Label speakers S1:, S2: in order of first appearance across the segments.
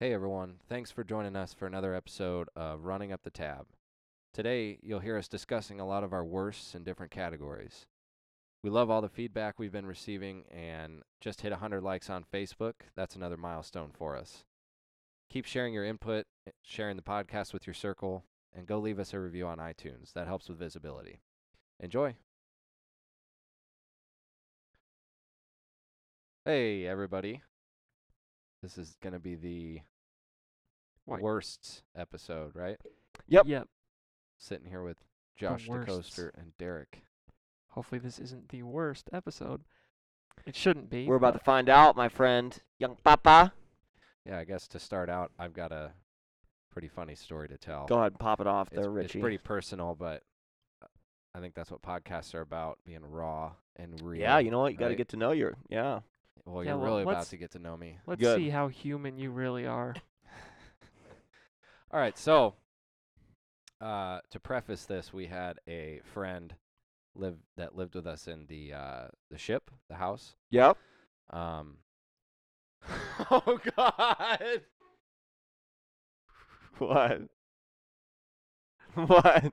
S1: Hey everyone, thanks for joining us for another episode of Running Up the Tab. Today, you'll hear us discussing a lot of our worsts in different categories. We love all the feedback we've been receiving and just hit 100 likes on Facebook. That's another milestone for us. Keep sharing your input, eh, sharing the podcast with your circle, and go leave us a review on iTunes. That helps with visibility. Enjoy. Hey everybody. This is going to be the
S2: Wait.
S1: worst episode, right?
S2: Yep.
S1: Sitting here with Josh
S2: worsts.
S1: DeCoster and Derek.
S2: Hopefully this isn't the worst episode. It shouldn't be.
S3: We're about to
S2: but
S3: find out, my friend. Young Papa.
S1: Yeah, I guess to start out, I've got a pretty funny story to tell.
S3: Go ahead and pop it off
S1: it's,
S3: there,
S1: it's
S3: Richie.
S1: pretty personal, but uh, I think that's what podcasts are about, being raw and real.
S3: yeah, you know what? You got to
S1: right?
S3: get to know your. Yeah.
S1: Well,
S2: Yeah,
S1: you're
S2: well,
S1: really about
S2: let's-
S1: to get to know me.
S2: Let's
S3: Good.
S2: see how human you really are.
S1: All right, so uh, to preface this, we had a friend live that lived with us in the uh, the ship, the house.
S3: Yep.
S1: Um, oh God!
S3: What? what?
S2: I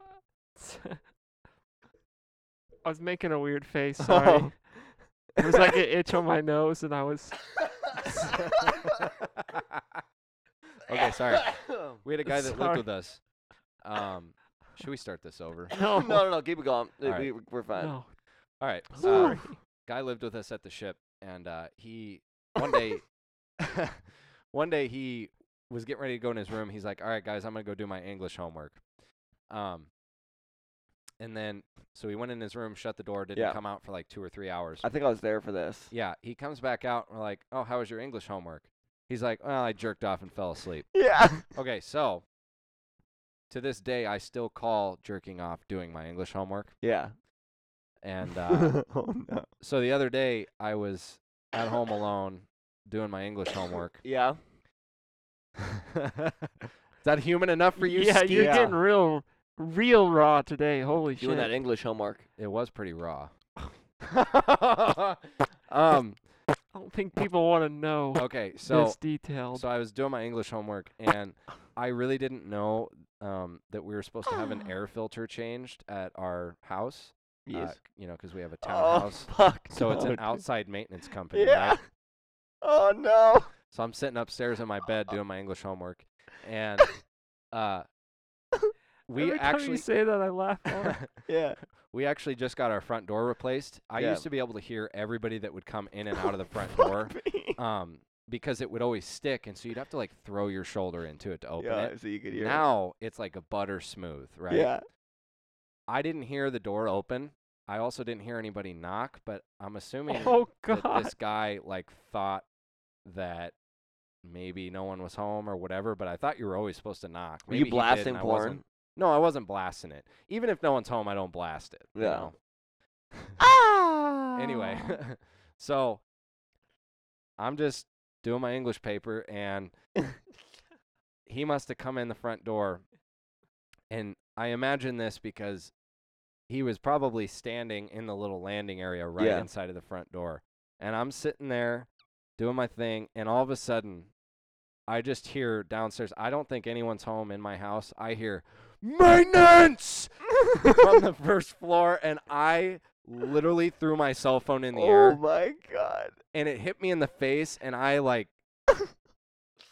S2: was making a weird face. Sorry.
S1: Oh.
S2: It was like an itch on my nose, and I was.
S3: Oh.
S1: okay, sorry. We had a guy that lived
S2: Sorry.
S1: with us. Um, should we start this over?
S3: no, no, no. Keep it going.
S1: All right.
S3: we, we're fine.
S2: No.
S1: All right. Uh,
S2: oh, Sorry.
S1: guy lived with us at the ship, and uh, he one day, one day he was getting ready to go in his room. He's like, "All right, guys, I'm gonna go do my English homework." Um, and then so he went in his room, shut the door, didn't
S3: Yeah.
S1: come out for like two or three hours.
S3: I think I was there for this.
S1: yeah, he comes back out. And we're like, "Oh, how was your English homework?" He's like, "Well, I jerked off and fell asleep."
S3: Yeah.
S1: Okay, so to this day, I still call jerking off doing my English homework.
S3: Yeah.
S1: And uh,
S3: oh no.
S1: so the other day, I was at home alone doing my English homework.
S3: Yeah.
S1: Is that human enough for you?
S2: yeah,
S1: Steve?
S2: you're
S3: Yeah.
S2: getting real, real raw today. Holy
S3: Doing that
S2: shit!
S3: English homework.
S1: It was pretty raw. um.
S2: I don't think people want to know
S1: Okay, Oh, so
S2: this detailed.
S1: so I was doing my English homework, and I really didn't know um, that we were supposed to have an air filter changed at our house. uh,
S3: Yes.
S1: you know, because we have a
S3: oh
S1: townhouse.
S3: fuck.
S1: So it's
S3: no,
S1: an
S3: dude.
S1: outside maintenance company,
S3: Yeah.
S1: right?
S3: Oh no.
S1: So I'm sitting upstairs in my bed doing my English homework, and uh, we
S2: Every time you
S1: actually
S2: say that, I laugh. more.
S3: Yeah.
S1: we actually just got our front door replaced. I
S3: Yeah.
S1: used to be able to hear everybody that would come in and out of the front door,
S3: Fuck me.
S1: um, because it would always stick, and so you'd have to like throw your shoulder into it to open
S3: yeah,
S1: it.
S3: so you could hear. it.
S1: Now it's like a butter smooth, right?
S3: Yeah.
S1: I didn't hear the door open. I also didn't hear anybody knock, but I'm assuming
S2: oh
S1: that
S2: god.
S1: this guy like thought that maybe no one was home or whatever. But I thought you were always supposed to knock.
S3: Were
S1: Maybe
S3: you
S1: he did
S3: blasting
S1: and I
S3: porn?
S1: wasn't- No, I wasn't blasting it. Even if no one's home, I don't blast it. you
S3: Yeah.
S1: know?
S3: Ah.
S1: Anyway, so I'm just doing my English paper, and he must have come in the front door. And I imagine this because he was probably standing in the little landing area right
S3: Yeah.
S1: inside of the front door. And I'm sitting there doing my thing, and all of a sudden, I just hear downstairs. I don't think anyone's home in my house. I hear maintenance from the first floor, and I literally threw my cell phone in the
S3: oh
S1: air,
S3: my god.
S1: and it hit me in the face, and I like,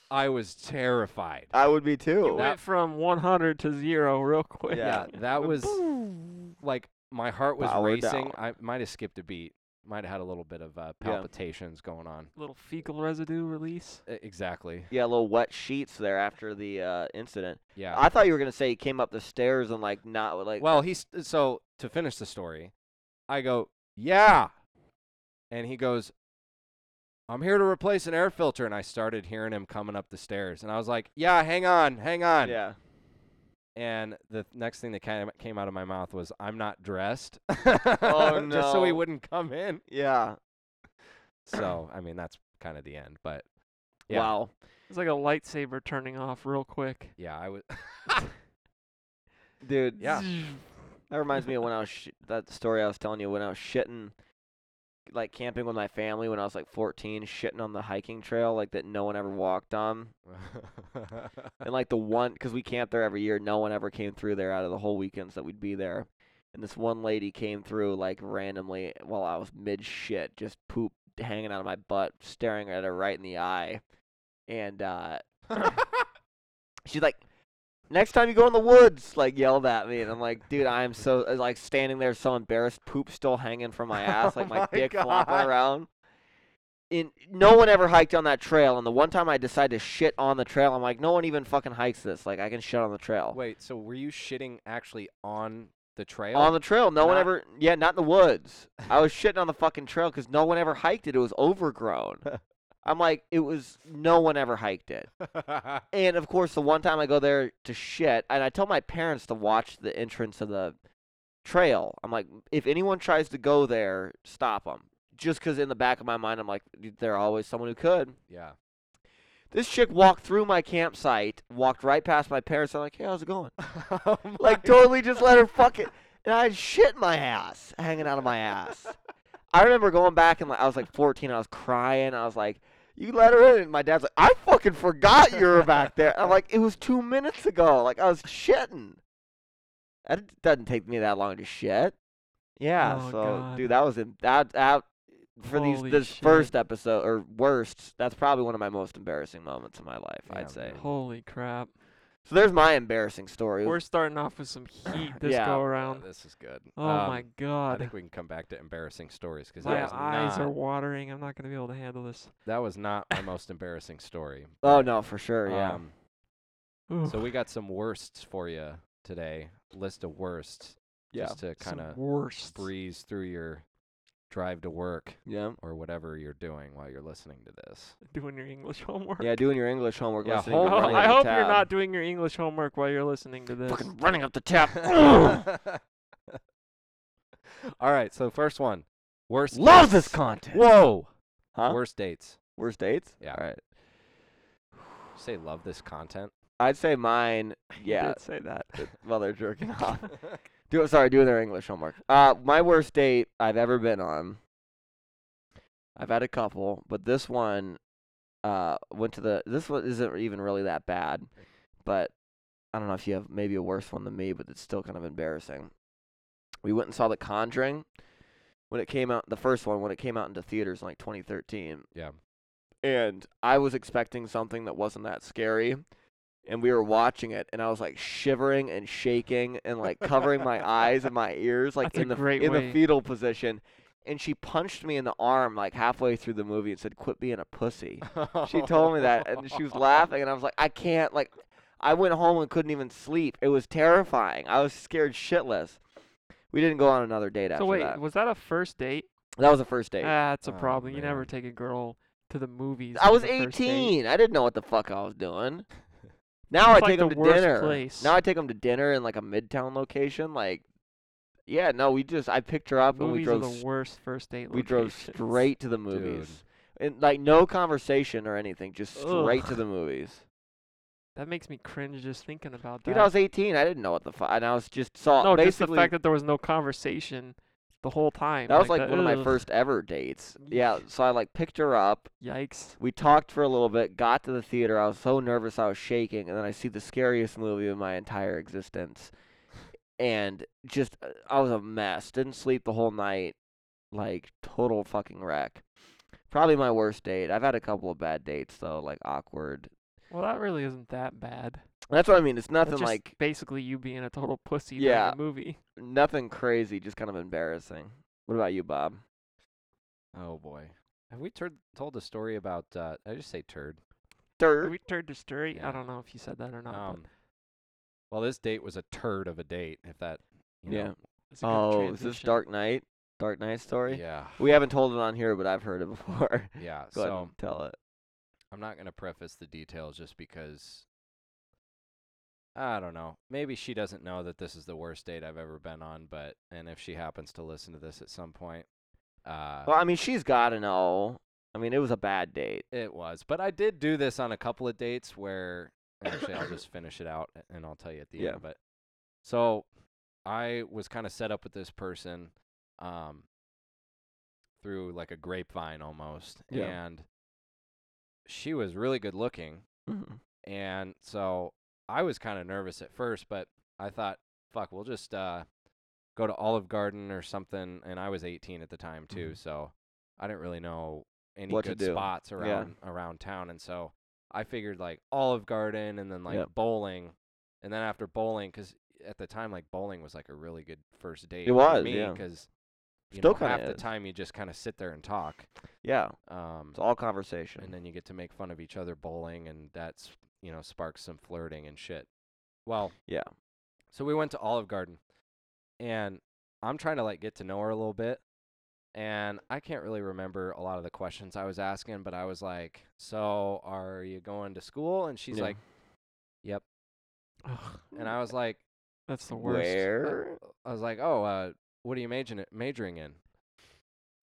S1: I was terrified.
S3: I would be
S2: You
S3: too.
S1: That-
S2: went from 100 to zero real quick.
S1: yeah,
S3: yeah.
S1: that was like my heart was
S3: Power
S1: racing.
S3: down.
S1: I might have skipped a beat, might have had a little bit of uh,
S3: Yeah.
S1: palpitations going on.
S2: little fecal residue release.
S1: E- Exactly.
S3: Yeah, little wet sheets there after the uh, incident.
S1: Yeah.
S3: I thought you were gonna say he came up the stairs and like not like.
S1: Well, he's so to finish the story, I go, "Yeah." And he goes, "I'm here to replace an air filter." And I started hearing him coming up the stairs, and I was like, "Yeah, hang on, hang on."
S3: yeah.
S1: And the next thing that came, came out of my mouth was, "I'm not dressed." Just so
S3: Oh, no.
S1: he wouldn't come in.
S3: Yeah.
S1: So, I mean, that's kind of the end, but Yeah.
S3: Wow.
S2: It's like a lightsaber turning off real quick.
S1: yeah, I was
S3: Dude.
S1: Yeah.
S3: That reminds me of when I was sh- that story I was telling you when I was shitting like camping with my family when I was like 14, shitting on the hiking trail like that no one ever walked on, and like the one because we camped there every year, no one ever came through there out of the whole weekends that we'd be there, and this one lady came through like randomly while I was mid shit, just poop hanging out of my butt, staring at her right in the eye, and uh, she's like, "Next time you go in the woods," like yelled at me, and I'm like, "Dude, I am so I was, like standing there, so embarrassed, poop still hanging from my ass,
S1: Oh
S3: like my,
S1: my
S3: dick flopping
S1: God.
S3: around." And no one ever hiked on that trail, and the one time I decided to shit on the trail, I'm like, "No one even fucking hikes this. Like, I can shit on the trail."
S1: Wait, so were you shitting actually on the trail?
S3: On the trail, no one
S1: Not-
S3: ever. Yeah, not in the woods. I was shitting on the fucking trail because no one ever hiked it. It was overgrown. I'm like, it was no one ever hiked it. And of course, the one time I go there to shit, and I tell my parents to watch the entrance of the trail. I'm like, if anyone tries to go there, stop them. Just because in the back of my mind, I'm like, there always someone who could.
S1: yeah.
S3: This chick walked through my campsite, walked right past my parents. I'm like, hey, how's it going? Like totally just let her fuck it. And I had shit in my ass, hanging out of my ass. I remember going back and like, I was like 14. I was crying. I was like, "You let her in." And my dad's like, "I fucking forgot you were back there." And I'm like, "It was two minutes ago. Like I was shitting." That d- doesn't take me that long to shit. Yeah.
S2: Oh,
S3: so,
S2: God.
S3: dude, that was in, that that for
S2: Holy
S3: these this
S2: shit.
S3: first episode or worst. That's probably one of my most embarrassing moments in my life.
S1: Yeah,
S3: I'd say.
S1: man.
S2: Holy crap.
S3: So there's my embarrassing story.
S2: We're starting off with some heat this
S3: Yeah.
S2: go
S1: Uh,
S2: around.
S1: this is good.
S2: Oh my
S1: Um, I
S2: god.
S1: think we can come back to embarrassing stories because
S2: My
S1: that was
S2: eyes
S1: not
S2: are watering. I'm not going to be able to handle this.
S1: that was not my most embarrassing story.
S3: oh
S1: but,
S3: no, for sure. Yeah.
S1: um,
S2: Ooh,
S1: so we got some worsts for you today. List of worsts,
S3: yeah.
S1: just to
S2: some
S1: kind of
S2: worst.
S1: breeze through your drive to work
S3: yeah.
S1: or whatever you're doing while you're listening to this.
S2: Doing your English homework. Oh,
S3: Yeah, doing your English homework.
S1: Yeah,
S3: listening to
S1: homework.
S3: Running
S2: I
S3: Up
S2: hope
S3: the
S2: you're
S3: Tab.
S2: not doing your English homework while you're listening to this.
S3: fucking running up the tap.
S1: All right, so first one, worst.
S3: Love
S1: dates.
S3: this content.
S1: Whoa,
S3: Huh?
S1: worst dates.
S3: Worst dates?
S1: Yeah.
S3: All right.
S1: Say love this content.
S3: I'd say mine.
S2: You
S3: Yeah.
S2: did say that.
S3: While they're jerking off. Do sorry, doing their English homework. Uh, my worst date I've ever been on. I've had a couple, but this one, uh, went to the. This one isn't even really that bad, but I don't know if you have maybe a worse one than me, but it's still kind of embarrassing. We went and saw The Conjuring when it came out. The first one when it came out into theaters in like 2013.
S1: Yeah.
S3: And I was expecting something that wasn't that scary and we were watching it and I was like shivering and shaking and like covering my eyes and my ears like
S2: That's a
S3: in the
S2: great
S3: in
S2: way.
S3: the fetal position and she punched me in the arm like halfway through the movie and said quit being a pussy. She told me that and she was laughing and I was like I can't like I went home and couldn't even sleep. It was terrifying. I was scared shitless. We didn't go on another date after
S2: So wait,
S3: that.
S2: was that a first date?
S3: That was the first date.
S2: Ah, that's a
S1: Oh,
S2: problem. you never
S1: man.
S2: take a girl to the movies.
S3: I
S2: on
S3: was
S2: the first date.
S3: 18. I didn't know what the fuck I was doing. Now I
S2: It's like
S3: take
S2: the
S3: them to
S2: worst
S3: dinner.
S2: place.
S3: Now I take them to dinner in like a midtown location. Like, yeah, no, we just I picked her up and
S2: Movies
S3: we drove
S2: are
S3: s-
S2: the worst first date.
S3: we drove
S2: locations.
S3: straight to the movies and like no conversation or anything, just straight to
S2: Ugh.
S3: the movies.
S2: That makes me cringe just thinking about
S3: Dude,
S2: that.
S3: I was 18. I didn't know what the fuck, and I was just saw
S2: no, just the
S3: basically
S2: fact that there was no conversation the whole time.
S3: that was like one of my
S2: ugh,
S3: first ever dates. Yeah, so I like picked her up
S2: Yikes.
S3: We talked for a little bit, got to the theater. I was so nervous, I was shaking, and then I see the scariest movie of my entire existence. And just, uh, I was a mess. Didn't sleep the whole night. Like, total fucking wreck. Probably my worst date. I've had a couple of bad dates, though, like awkward.
S2: Well, that really isn't that bad.
S3: That's what I mean. It's
S2: That's
S3: nothing
S2: just
S3: like,
S2: basically you being a total pussy
S3: Yeah.
S2: during the movie.
S3: nothing crazy, just kind of embarrassing. What about you, Bob?
S1: Oh boy, have we tur- told a story about? Uh, did I just say turd.
S3: Dirt.
S2: We turned to story.
S1: Yeah.
S2: I don't know if you said that or not. but
S1: Um, well, this date was a turd of a date. If that, you
S3: Yeah.
S1: know,
S2: it's a good
S3: Oh, is this
S2: transition.
S3: Dark Knight? Dark Knight story?
S1: yeah,
S3: We haven't told it on here, but I've heard it before.
S1: yeah.
S3: Go ahead
S1: so
S3: and tell it.
S1: I'm not gonna preface the details just because. I don't know. Maybe she doesn't know that this is the worst date I've ever been on, but and if she happens to listen to this at some point, uh,
S3: Well, I mean, she's got to know. I mean, it was a bad date.
S1: It was, but I did do this on a couple of dates where actually I'll just finish it out a- and I'll tell you at the
S3: Yeah.
S1: end. But so I was kind of set up with this person um, through like a grapevine almost.
S3: Yeah.
S1: And she was really good looking.
S3: Mhm.
S1: And so I was kind of nervous at first, but I thought, fuck, we'll just uh, go to Olive Garden or something. And I was 18 at the time too,
S3: Mhm.
S1: so I didn't really know any
S3: What to
S1: good
S3: do.
S1: spots around around town. And so I figured like Olive Garden and then like
S3: Yep.
S1: bowling, and then after bowling, because at the time like bowling was like a really good first date.
S3: was,
S1: for me,
S3: yeah.
S1: Because you
S3: Still
S1: know,
S3: kinda
S1: half the
S3: is.
S1: time you just kind of sit there and talk.
S3: Yeah,
S1: Um,
S3: it's all conversation.
S1: and then you get to make fun of each other bowling and that's you know sparks some flirting and shit well
S3: Yeah.
S1: so we went to olive garden and i'm trying to like get to know her a little bit and i can't really remember a lot of the questions i was asking but i was like so are you going to school and she's
S3: Yeah.
S1: like yep
S2: Ugh,
S1: and i was like
S2: that's the worst.
S3: where?
S1: i was like oh uh what are you majoring majoring in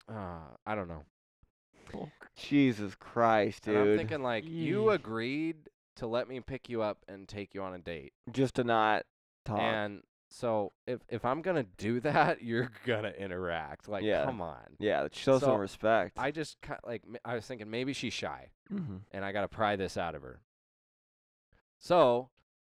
S1: uh i don't know
S3: Jesus Christ, dude!
S1: and i'm thinking like you
S2: Yee.
S1: agreed to let me pick you up and take you on a date
S3: Just to not talk.
S1: And so if if I'm gonna do that, you're gonna interact. Like,
S3: Yeah.
S1: come on.
S3: yeah, show
S1: So,
S3: some respect.
S1: I just ki- like m- I was thinking maybe she's shy,
S3: Mhm.
S1: and I gotta pry this out of her. So,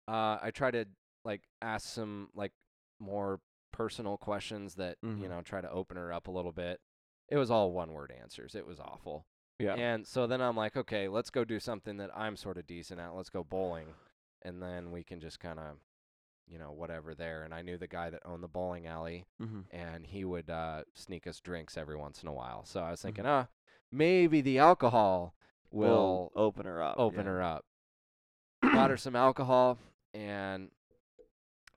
S1: uh, I try to like ask some like more personal questions that you
S3: Mhm.
S1: know try to open her up a little bit. It was all one word answers. It was awful.
S3: Yeah.
S1: And so then I'm like, okay, let's go do something that I'm sort of decent at. Let's go bowling. And then we can just kind of, you know, whatever there. And I knew the guy that owned the bowling alley,
S3: Mhm.
S1: and he would uh, sneak us drinks every once in a while. So I was thinking, ah, maybe the alcohol will
S3: Mm-hmm. We'll open her up.
S1: open
S3: yeah.
S1: her up. Bought her some alcohol, and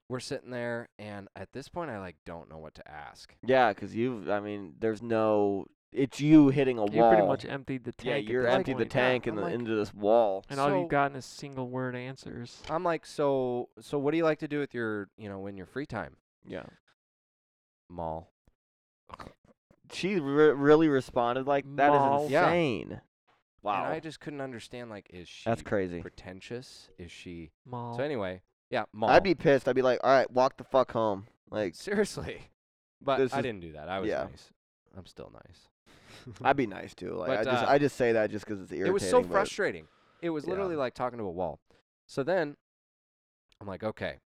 S1: we're sitting there. And at this point, I like don't know what to ask.
S3: Yeah, because you've. I mean, there's no. It's you hitting a
S2: You
S3: wall.
S2: pretty much emptied the tank.
S3: yeah,
S2: at
S3: you're
S2: that
S3: empty the
S2: point.
S1: Yeah,
S3: tank
S1: I'm
S3: and the,
S1: like-
S3: into this wall.
S2: And all
S1: So-
S2: you've gotten is single word answers.
S1: I'm like, so, so what do you like to do with your, you know, in your free time?
S3: Yeah.
S1: Mall.
S3: She re- really responded like that is
S2: Mall.
S1: Yeah.
S3: insane. Wow.
S1: And I just couldn't understand. Like, is she
S3: That's crazy.
S1: pretentious? Is she?
S2: Mall.
S1: So anyway, yeah, mall.
S3: I'd be pissed. I'd be like, all right, walk the fuck home. Like,
S1: seriously, but
S3: This
S1: I
S3: is-
S1: didn't do that. I was
S3: yeah.
S1: nice. I'm still nice.
S3: I'd be nice too. Like,
S1: But,
S3: I just,
S1: uh,
S3: I just say that just because it's irritating.
S1: it was so
S3: but-
S1: frustrating. It was literally
S3: Yeah.
S1: like talking to a wall. So then, I'm like, okay.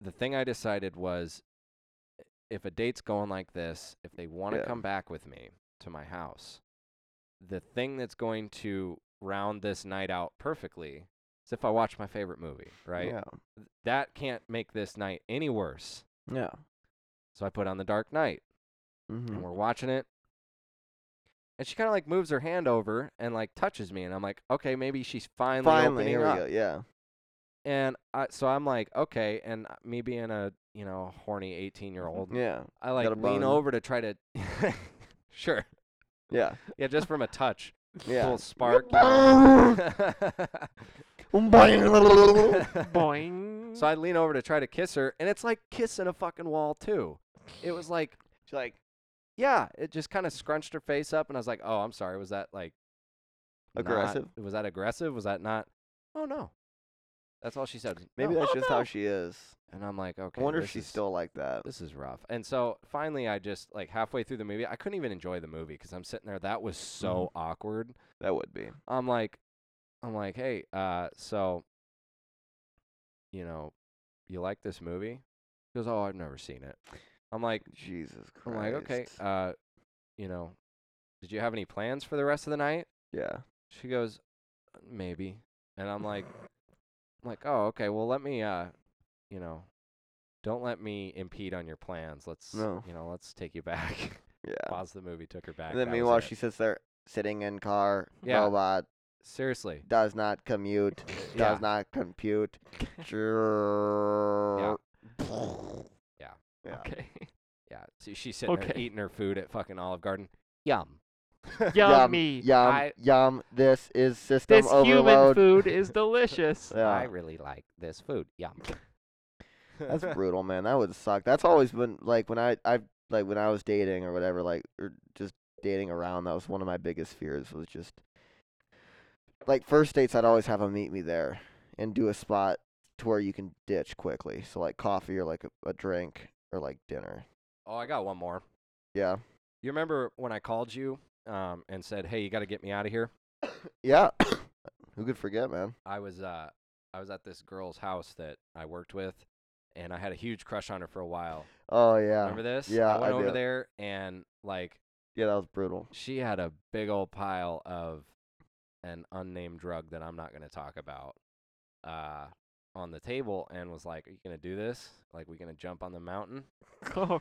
S1: The thing I decided was, if a date's going like this, if they want to
S3: Yeah.
S1: come back with me to my house, the thing that's going to round this night out perfectly is if I watch my favorite movie. Right.
S3: Yeah.
S1: Th- That can't make this night any worse.
S3: Yeah.
S1: So I put on The Dark Knight
S3: Mm-hmm.
S1: and we're watching it. And she kind of like moves her hand over and like touches me, and I'm like, okay, maybe she's finally,
S3: Finally,
S1: opening
S3: here we
S1: up.
S3: go. Yeah.
S1: And I, so I'm like, okay, and uh, me being a you know horny 18 year old,
S3: Yeah.
S1: I like
S3: a
S1: lean
S3: bone?
S1: over to try to, sure,
S3: Yeah.
S1: yeah, just from a touch,
S3: Yeah.
S1: little spark. you know.
S2: Boing.
S1: so I lean over to try to kiss her, and it's like kissing a fucking wall too. It was like
S3: She's like
S1: Yeah, it just kind of scrunched her face up, and I was like, "Oh, I'm sorry. Was that like not-
S3: Aggressive?
S1: was that aggressive? Was that not? Oh no, that's all she said. was,
S3: maybe
S1: "No."
S3: that's just
S2: no.
S3: how she is.
S1: And I'm like, okay.
S3: I wonder if
S1: this
S3: she's
S1: is-
S3: still like that.
S1: This is rough. And so finally, I just like halfway through the movie, I couldn't even enjoy the movie because I'm sitting there. That
S3: Mm-hmm.
S1: was so awkward.
S3: That would be.
S1: I'm like, I'm like, hey, uh, so, you know, you like this movie? She goes, oh, I've never seen it. I'm like,
S3: Jesus Christ.
S1: I'm like, okay, uh, you know, did you have any plans for the rest of the night?
S3: yeah.
S1: She goes, "Uh, maybe. And I'm like, I'm like, oh, okay. Well, let me, uh, you know, don't let me impede on your plans. Let's,
S3: No.
S1: you know, let's take you back.
S3: Yeah.
S1: Pause the movie, took her back.
S3: And then
S1: that was
S3: meanwhile, uh,
S1: it.
S3: she sits there sitting in car,
S1: Yeah.
S3: robot,
S1: seriously,
S3: does not commute,
S1: Yeah.
S3: does not compute. Sure.
S1: Yeah.
S3: Yeah.
S2: okay.
S1: yeah. So she's sitting there
S2: Okay.
S1: eating her food at fucking Olive Garden. Yum.
S2: Yummy.
S3: Yum,
S1: I-
S3: yum. This is system
S2: This human
S3: overload.
S2: food is delicious.
S3: Yeah.
S1: I really like this food. Yum.
S3: That's brutal, man. That would suck. That's always been like when I I like when I was dating or whatever, like or just dating around. That was one of my biggest fears. Was just like first dates. I'd always have them meet me there and do a spot to where you can ditch quickly. So like coffee or like a, a drink or like dinner.
S1: oh, I got one more.
S3: Yeah.
S1: You remember when I called you um, and said, "Hey, you got to get me out of here."
S3: Yeah. Who could forget, man?
S1: I was uh, I was at this girl's house that I worked with, and I had a huge crush on her for a while.
S3: Oh yeah.
S1: Remember this?
S3: yeah,
S1: I went
S3: I
S1: over
S3: do.
S1: there and like
S3: Yeah, that was brutal.
S1: she had a big old pile of an unnamed drug that I'm not going to talk about uh, on the table and was like, Are you going to do this? Like, we going to jump on the mountain?
S2: Oh,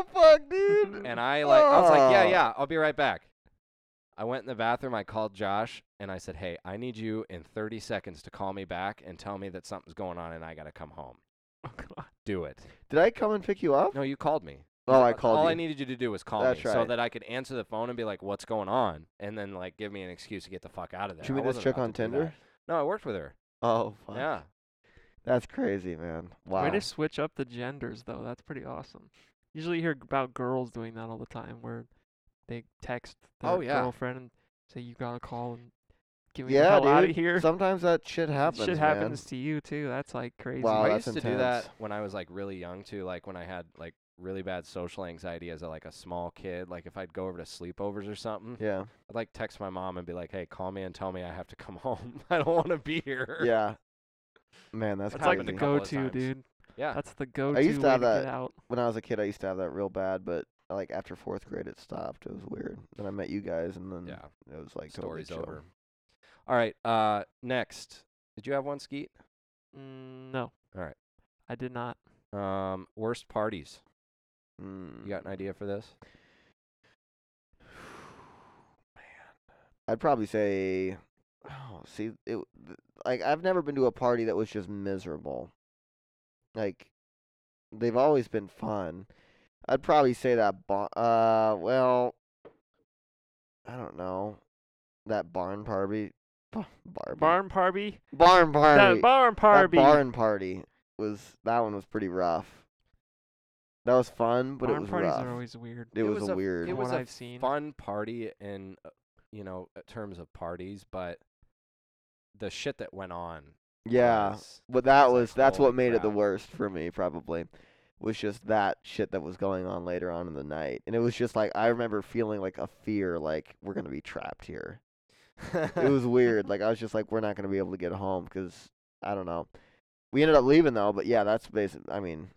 S3: Oh fuck, dude.
S1: And I, like, I was like, Yeah,
S3: Oh.
S1: yeah, I'll be right back. I went in the bathroom. I called Josh and I said, Hey, I need you in 30 seconds to call me back and tell me that something's going on and I got to come home.
S2: oh God.
S1: Do it.
S3: Did I come and pick you up?
S1: No, you called me.
S3: Oh, I
S1: That's
S3: called
S1: All
S3: you.
S1: I needed you to do was call
S3: That's
S1: me so
S3: right.
S1: that I could answer the phone and be like, "What's going on?" and then like give me an excuse to get the fuck out of there.
S3: Should we
S1: I
S3: just
S1: wasn't
S3: check
S1: about
S3: on
S1: to do
S3: Tinder?
S1: that. No, I worked with her.
S3: Oh fuck.
S1: Yeah.
S3: That's crazy, man. Wow.
S2: Way to switch up the genders, though. That's pretty awesome. Usually you hear g- about girls doing that all the time, where they text their
S1: Oh, yeah.
S2: girlfriend and say, "You gotta call and get me the
S3: yeah,
S2: hell
S3: dude.
S2: out of here."
S3: Sometimes that shit happens.
S2: Shit
S3: man.
S2: happens to you too. That's like crazy.
S3: Wow,
S1: I
S3: that's
S1: used to do that
S3: intense.
S1: when I was like really young too. Like when I had like really bad social anxiety as a, like a small kid. Like if I'd go over to sleepovers or something,
S3: Yeah.
S1: I'd like text my mom and be like, "Hey, call me and tell me I have to come home. I don't want to be here."
S3: Yeah. Man, that's,
S1: That's
S3: crazy.
S2: like
S1: happened
S2: the
S1: a couple of
S2: go-to,
S1: times.
S2: dude.
S1: Yeah.
S2: That's the go-to
S3: used to
S2: way
S3: have
S2: to
S3: that-
S2: get out.
S3: when I was a kid, I used to have that real bad, but like after fourth grade, it stopped. It was weird. Then I met you guys, and then
S1: Yeah.
S3: it was like totally
S1: Story's
S3: chill.
S1: over. All right. Uh, next. Did you have one skeet?
S2: Mm, no.
S1: Alright.
S2: I did not.
S1: Um, worst parties.
S3: Mm.
S1: You got an idea for this?
S3: I'd probably say, oh, see, it w- th- like I've never been to a party that was just miserable. Like, they've always been fun. I'd probably say that. Bon- uh, well, I don't know. That barn party, bar, Barbie.
S2: Barn party.
S3: barn party.
S2: That barn
S3: That
S2: party.
S3: barn party was that one was pretty rough. That was fun, but
S2: barn
S3: it was
S2: parties
S3: rough.
S2: are always weird.
S3: it, was, a weird.
S1: It
S2: From
S1: was
S2: what
S1: a
S2: I've seen.
S1: fun party in, uh, you know, uh, terms of parties, but the shit that went on.
S3: yeah,
S1: was-
S3: but that
S1: was like,
S3: was that's
S1: holy
S3: what made it the
S1: crap.
S3: worst for me probably. Was just that shit that was going on later on in the night, and it was just like I remember feeling like a fear, like we're gonna be trapped here. It was weird. Like I was just like we're not gonna be able to get home because I don't know. We ended up leaving though, but yeah, that's basic. I mean,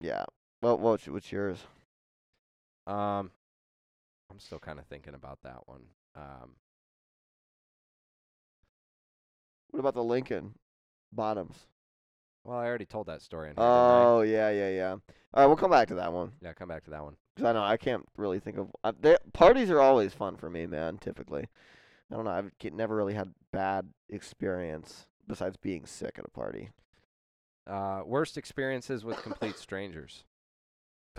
S3: yeah. What what's what's yours?
S1: um, I'm still kind of thinking about that one. Um,
S3: What about the Lincoln Bottoms?
S1: well, I already told that story. In here, didn't I?
S3: Oh yeah, yeah, yeah. All right, we'll come back to that one
S1: yeah, come back to that one.
S3: 'Cause I know I can't really think of. Uh, they, parties are always fun for me, man. Typically, I don't know. I've ca- never really had bad experience besides being sick at a party.
S1: Uh, worst experiences with complete strangers.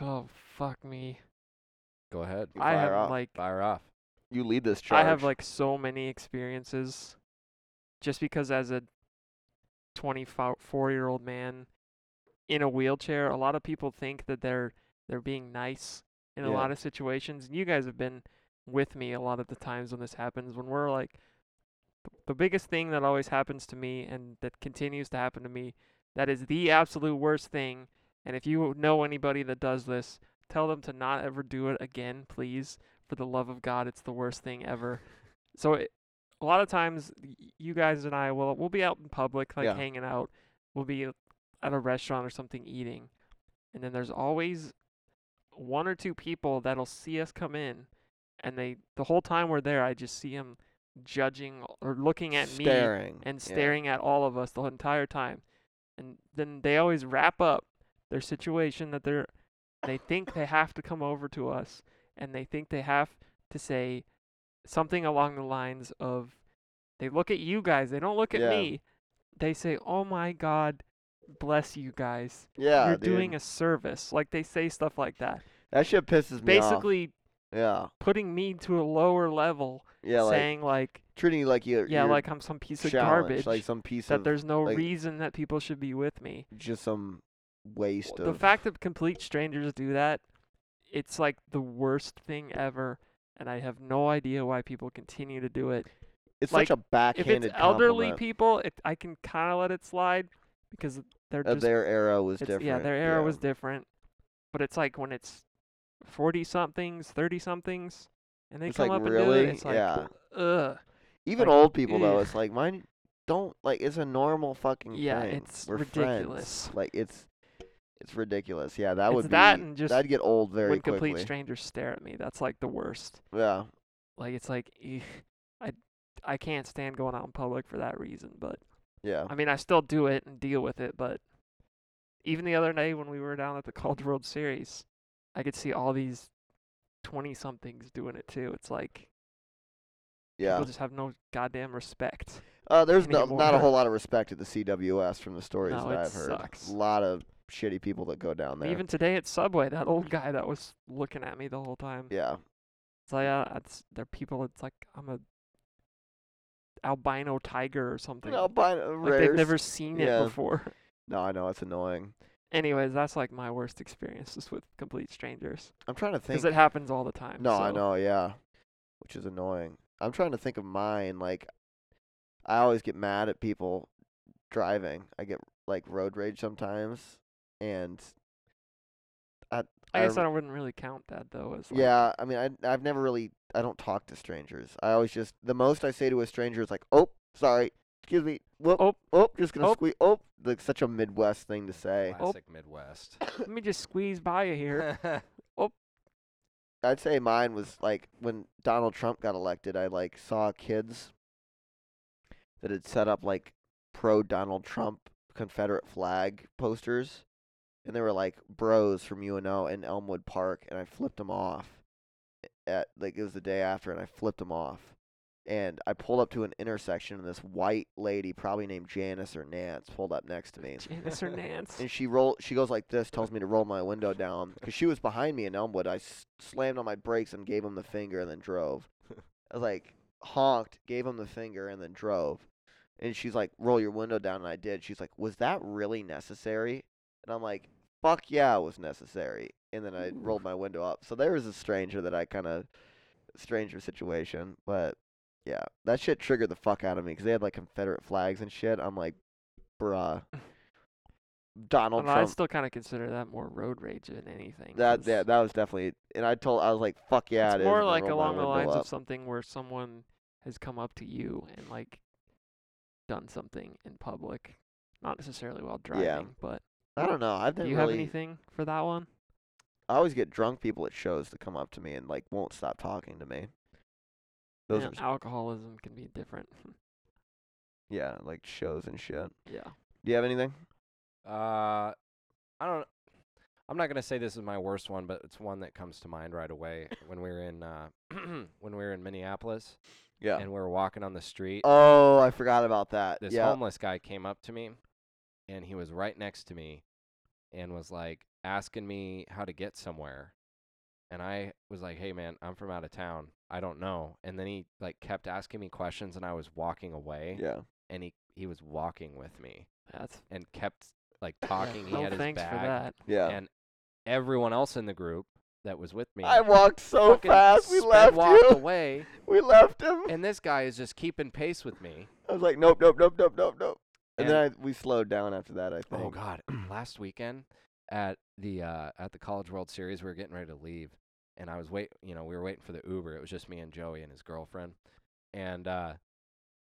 S2: Oh fuck me.
S1: Go ahead,
S3: You
S2: I
S3: fire
S2: have
S3: off.
S2: like
S1: fire off.
S3: You lead this charge.
S2: I have like so many experiences just because as a 24 year old man in a wheelchair, a lot of people think that they're they're being nice in a
S3: Yeah.
S2: lot of situations. And you guys have been with me a lot of the times when this happens when we're like th- the biggest thing that always happens to me and that continues to happen to me that is the absolute worst thing and if you know anybody that does this tell them to not ever do it again please for the love of god it's the worst thing ever so it, a lot of times y- you guys and i will we'll be out in public like
S3: Yeah.
S2: hanging out we'll be at a restaurant or something eating and then there's always one or two people that'll see us come in and they the whole time we're there i just see them judging or looking at me
S3: staring
S2: and
S3: yeah.
S2: staring at all of us the whole entire time. And then they always wrap up their situation that they're they think they have to come over to us and they think they have to say something along the lines of they look at you guys, they don't look at
S3: Yeah.
S2: me. They say, "Oh my god, bless you guys.
S3: Yeah,
S2: You're doing a
S3: dude.
S2: service." Like they say stuff like that.
S3: that shit pisses me off.
S2: Basically
S3: Yeah,
S2: putting me to a lower level
S3: yeah, like
S2: saying like,
S3: treating you like you.
S2: yeah,
S3: you're
S2: like I'm some piece of
S3: challenged,
S2: garbage
S3: like some piece
S2: that
S3: of
S2: there's no
S3: like-
S2: reason that people should be with me.
S3: just some waste
S2: The
S3: of
S2: fact that complete strangers do that, it's like the worst thing ever, and I have no idea why people continue to do it.
S3: It's
S2: like,
S3: such a
S2: If
S3: backhanded
S2: it's elderly
S3: compliment.
S2: people, it, I can kind of let it slide because they're
S3: Uh,
S2: just
S3: their era was
S2: it's-
S3: different.
S2: yeah, their era was different. But it's like when it's forty somethings, thirty somethings, and they
S3: It's
S2: come
S3: like,
S2: up
S3: really?
S2: and do it. It's like,
S3: Yeah.
S2: ugh.
S3: Even
S2: Like,
S3: old people though,
S2: ugh.
S3: it's like mine. Don't like it's a normal fucking
S2: Yeah,
S3: thing.
S2: it's
S3: We're
S2: ridiculous.
S3: Friends. Like it's it's ridiculous. Yeah, that
S2: It's
S3: would
S2: that
S3: be
S2: and just
S3: that'd get old very
S2: when
S3: quickly.
S2: complete strangers stare at me, that's like the worst.
S3: yeah,
S2: Like it's like, eugh, I, I can't stand going out in public for that reason. But
S3: yeah.
S2: I mean, I still do it and deal with it. But even the other day when we were down at the College World Series, I could see all these twenty somethings doing it too. It's like
S3: yeah.
S2: people just have no goddamn respect.
S3: Uh, there's no,
S2: anymore.
S3: not a whole lot of respect at the CWS from the stories
S2: No,
S3: that
S2: it
S3: I've heard.
S2: sucks.
S3: A lot of shitty people that go down there.
S2: Even today at Subway, that old guy that was looking at me the whole time.
S3: yeah,
S2: It's like uh, it's, they're people. It's like I'm a albino tiger or something.
S3: albino
S2: like they've never seen
S3: Yeah.
S2: it before.
S3: uh, No, I know it's annoying.
S2: Anyways, that's like my worst experiences with complete strangers
S3: I'm trying to think.
S2: because it happens all the time.
S3: No, I
S2: so-
S3: know, yeah. Which is annoying. I'm trying to think of mine. Like, I always get mad at people driving. I get, like, road rage sometimes. And,
S2: I guess
S3: I-
S2: I, wouldn't really count that though. As like,
S3: yeah, I mean, I, I've never really, I don't talk to strangers. I always just, the most I say to a stranger is, like, oh, sorry, excuse me, whoop, oh,
S2: Oh,
S3: oh just gonna
S2: oh."
S3: squeeze, oh, like, such a Midwest thing to say. Oh.
S1: Classic Midwest. Uh,
S2: let me just squeeze by you here.
S3: I'd say mine was like when Donald Trump got elected, I like saw kids that had set up like pro Donald Trump Confederate flag posters and they were like bros from UNO in Elmwood Park and I flipped them off at like it was the day after and I flipped them off. And I pulled up to an intersection and this white lady, probably named Janice or Nance, pulled up next to me
S2: Janice or Nance.
S3: and she roll she goes like this tells me to roll my window down because she was behind me in elmwood i s- slammed on my brakes and gave him the finger and then drove i was like honked gave him the finger and then drove and she's like roll your window down and i did she's like was that really necessary and i'm like fuck yeah it was necessary and then i
S2: Ooh.
S3: rolled my window up so there was a stranger that i kind of stranger situation but yeah that shit triggered the fuck out of me because they had like confederate flags and shit i'm like bruh donald
S2: I
S3: trump
S2: still kind of consider that more road rage than anything.
S3: that
S2: 'cause
S3: yeah, that was definitely and I told I was like, fuck yeah, it
S2: it's
S3: is,"
S2: more
S3: and I
S2: like
S3: rolled my
S2: along the
S3: window
S2: lines
S3: up.
S2: of something where someone has come up to you and like done something in public, not necessarily while driving. But
S3: I don't know. I've
S2: do
S3: never
S2: you have
S3: really
S2: anything for that one?
S3: I always get drunk people at shows to come up to me and like won't stop talking to me. Those
S2: Man,
S3: are s-
S2: alcoholism can be different.
S3: yeah, like shows and shit.
S2: yeah.
S3: Do you have anything?
S1: Uh, I don't. I'm not gonna say this is my worst one, but it's one that comes to mind right away when we were in uh, when we were in Minneapolis
S3: Yeah.
S1: and we were walking on the street.
S3: Oh, I forgot about that.
S1: This
S3: yeah.
S1: homeless guy came up to me, and he was right next to me, and was like asking me how to get somewhere, and I was like, "Hey man, I'm from out of town. I don't know." And then he like kept asking me questions, and I was walking away,
S3: Yeah.
S1: and he he was walking with me
S2: That's
S1: and kept like talking. he
S2: no
S1: had his
S2: Oh, thanks
S1: bag
S2: for that.
S3: Yeah.
S1: and everyone else in the group that was with me
S3: I walked so
S1: fucking
S3: fast. We
S1: sped
S3: left
S1: walked
S3: you.
S1: away
S3: We left him.
S1: and this guy is just keeping pace with me
S3: I was like, nope, nope, nope, nope, nope, nope. And, then I, we slowed down after that. I think.
S1: oh god last weekend at the uh, at the college world series we were getting ready to leave and i was wait you know we were waiting for the uber it was just me and joey and his girlfriend and uh,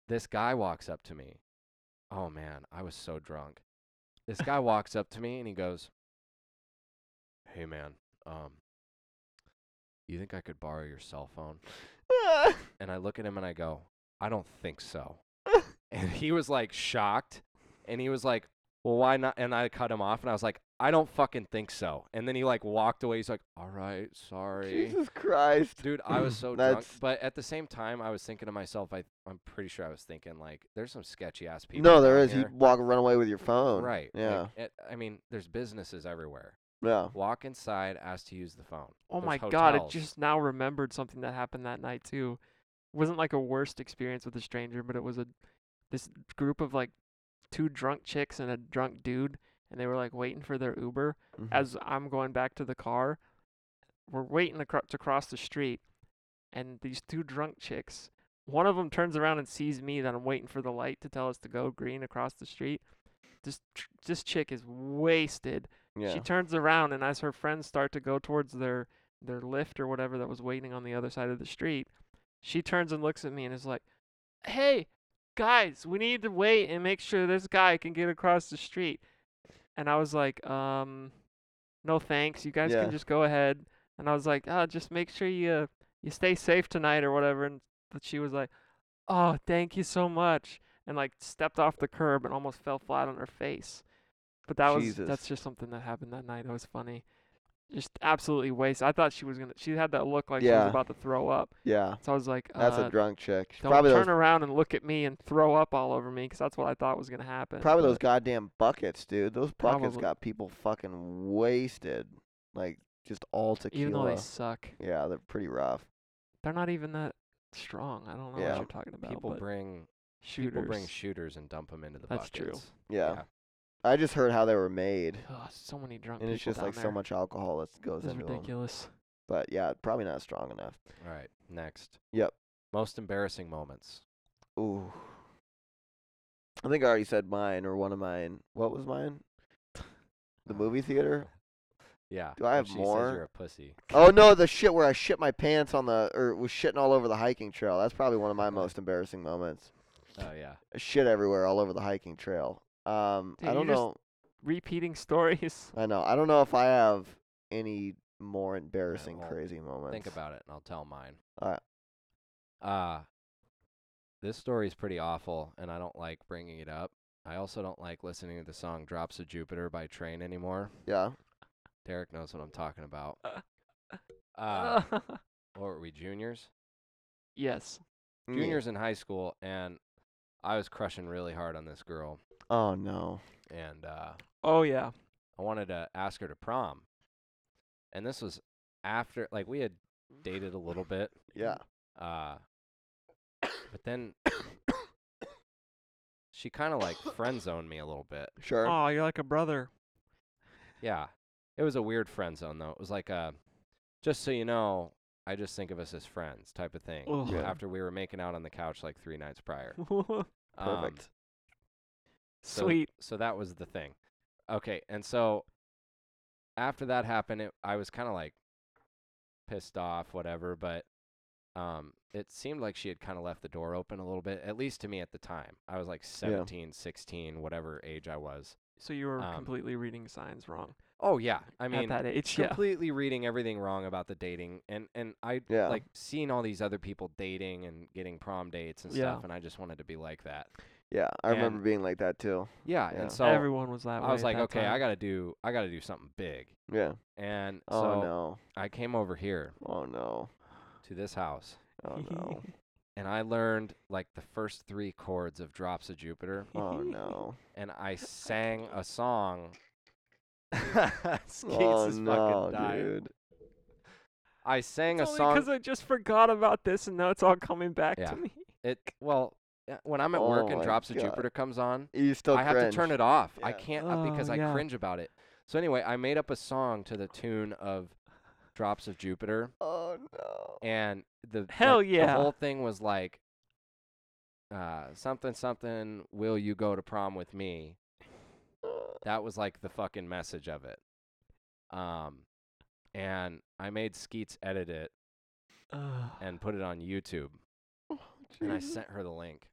S1: this guy walks up to me oh man i was so drunk this guy walks up to me and he goes hey man um you think i could borrow your cell phone and I look at him and I go, I don't think so. and he was like shocked and he was like, Well, why not? And I cut him off and I was like, I don't fucking think so. And then he like walked away. He's like, All right, sorry.
S3: Jesus Christ.
S1: Dude, I was so drunk.
S3: That's-
S1: But at the same time, I was thinking to myself, I, I'm pretty sure I was thinking, like, there's some sketchy ass people.
S3: No, there
S1: down
S3: is. You
S1: here.
S3: walk, run away with your phone.
S1: Right. like,
S3: Yeah.
S1: it- I mean, there's businesses everywhere.
S3: yeah.
S1: Walk inside, ask to use the phone.
S2: Oh
S1: There's
S2: my god, I
S1: hotels.
S2: just now remembered something that happened that night too. wasn't like a worst experience with a stranger, but it was a this group of like two drunk chicks and a drunk dude and they were like waiting for their Uber
S3: Mhm.
S2: as I'm going back to the car, we're waiting to, cro- to cross the street, and these two drunk chicks, one of them turns around and sees me that I'm waiting for the light to tell us to go green across the street. This tr- this chick is wasted.
S3: yeah.
S2: She turns around, and as her friends start to go towards their their lift or whatever that was waiting on the other side of the street. She turns and looks at me and is like, "Hey, guys, we need to wait and make sure this guy can get across the street." And I was like, "Um, no thanks. You guys
S3: Yeah.
S2: can just go ahead." And I was like, "Oh, just make sure you you stay safe tonight or whatever." And but she was like, "Oh, thank you so much." And like stepped off the curb and almost fell flat on her face. But that
S3: Jesus.
S2: was that's just something that happened that night. That was funny. Just absolutely waste. I thought she was gonna. She had that look like she
S3: Yeah.
S2: was about to throw up.
S3: Yeah,
S2: So I was like,
S3: that's
S2: uh,
S3: a drunk chick. She's
S2: don't
S3: Probably
S2: turn
S3: those,
S2: around and look at me and throw up all over me, 'cause that's what I thought was gonna happen.
S3: probably
S2: but
S3: those goddamn buckets, dude. Those buckets
S2: Probably.
S3: got people fucking wasted, like just all tequila.
S2: Even though they suck,
S3: yeah, they're pretty rough.
S2: they're not even that strong. I don't know
S3: Yeah.
S2: what you're talking about.
S1: People
S2: but
S1: bring
S2: shooters.
S1: people bring shooters and dump them into the
S2: That's true.
S1: buckets.
S3: Yeah. I just heard how they were made,
S2: Ugh, so many drunk
S3: and
S2: people
S3: it's just
S2: down
S3: like
S2: there.
S3: so much alcohol that goes
S2: This is
S3: into them.
S2: ridiculous.
S3: But yeah, probably not strong enough.
S1: All right. Next.
S3: Yep.
S1: Most embarrassing moments.
S3: Ooh. I think I already said mine or one of mine. What was mine?
S1: Oh,
S3: The movie theater?
S1: Yeah.
S3: Do I
S1: when
S3: have
S1: she
S3: more?
S1: Says you're a pussy.
S3: Oh no, the shit where I shit my pants on the or was shitting all over the hiking trail. That's probably one of my most embarrassing moments.
S1: Oh yeah.
S3: Shit everywhere, all over the hiking trail. Um,
S2: Dude,
S3: I
S2: you
S3: don't
S2: just-
S3: know.
S2: Repeating stories.
S3: I know. I don't know if I have any more embarrassing
S1: well,
S3: crazy moments.
S1: Think about it, and I'll tell mine.
S3: Alright.
S1: Uh, this story is pretty awful, and I don't like bringing it up. I also don't like listening to the song "Drops of Jupiter" by Train anymore.
S3: Yeah.
S1: Derek knows what I'm talking about. Uh, what were we juniors?
S2: yes.
S3: Mm.
S1: Juniors in high school, and I was crushing really hard on this girl,
S3: Oh no.
S1: and uh,
S2: Oh yeah.
S1: I wanted to ask her to prom. And this was after, like, we had dated a little bit.
S3: Yeah.
S1: Uh, but then she kind of like friend zoned me a little bit.
S3: Sure.
S2: Oh, you're like a brother.
S1: Yeah. It was a weird friend zone, though. It was like a, just so you know, I just think of us as friends type of thing.
S2: Ugh.
S3: Yeah.
S1: After we were making out on the couch like three nights prior. Um,
S3: Perfect.
S1: So-
S2: Sweet.
S1: So that was the thing. Okay, and so after that happened, it, I was kind of like pissed off, whatever. But um, it seemed like she had kind of left the door open a little bit, at least to me at the time. I was like 17, 16, whatever age I was.
S2: So you were
S1: um,
S2: completely reading signs wrong.
S1: Oh yeah, I
S2: at
S1: mean,
S2: that age, yeah.
S1: completely reading everything wrong about the dating, and and I
S3: yeah.
S1: like seeing all these other people dating and getting prom dates and
S2: Yeah.
S1: stuff, and I just wanted to be like that.
S3: yeah. I remember
S1: and-
S3: being like that too.
S1: Yeah,
S3: Yeah.
S1: and so
S2: Everyone was that way.
S1: I was
S2: at
S1: like,
S2: that
S1: okay,
S2: time.
S1: I gotta do, I gotta do something big.
S3: Yeah.
S1: And
S3: Oh
S1: so
S3: no.
S1: I came over here
S3: Oh no.
S1: to this house
S3: Oh no.
S1: and I learned like the first three chords of Drops of Jupiter
S3: Oh no.
S1: and I sang a song. Skeets
S3: oh
S1: is fucking
S3: no,
S1: dying.
S3: dude.
S1: I sang
S2: It's
S1: a
S2: only
S1: song.
S2: because I just forgot about this, and now it's all coming back
S1: Yeah.
S2: to me.
S1: It well, uh, when I'm at work
S3: Oh
S1: and
S3: my
S1: Drops of
S3: God.
S1: Jupiter comes on,
S3: You still
S1: I have to turn it off. I
S3: Yeah.
S1: can't uh, because
S2: Oh,
S1: I
S2: yeah.
S1: cringe about it. So anyway, I made up a song to the tune of Drops of Jupiter.
S3: Oh no.
S1: and the like,
S2: Hell
S1: the
S2: yeah.
S1: whole thing was like uh something something will you go to prom with me
S3: Oh,
S1: that was like the fucking message of it um and i made skeets edit it and put it on youtube and i sent her the link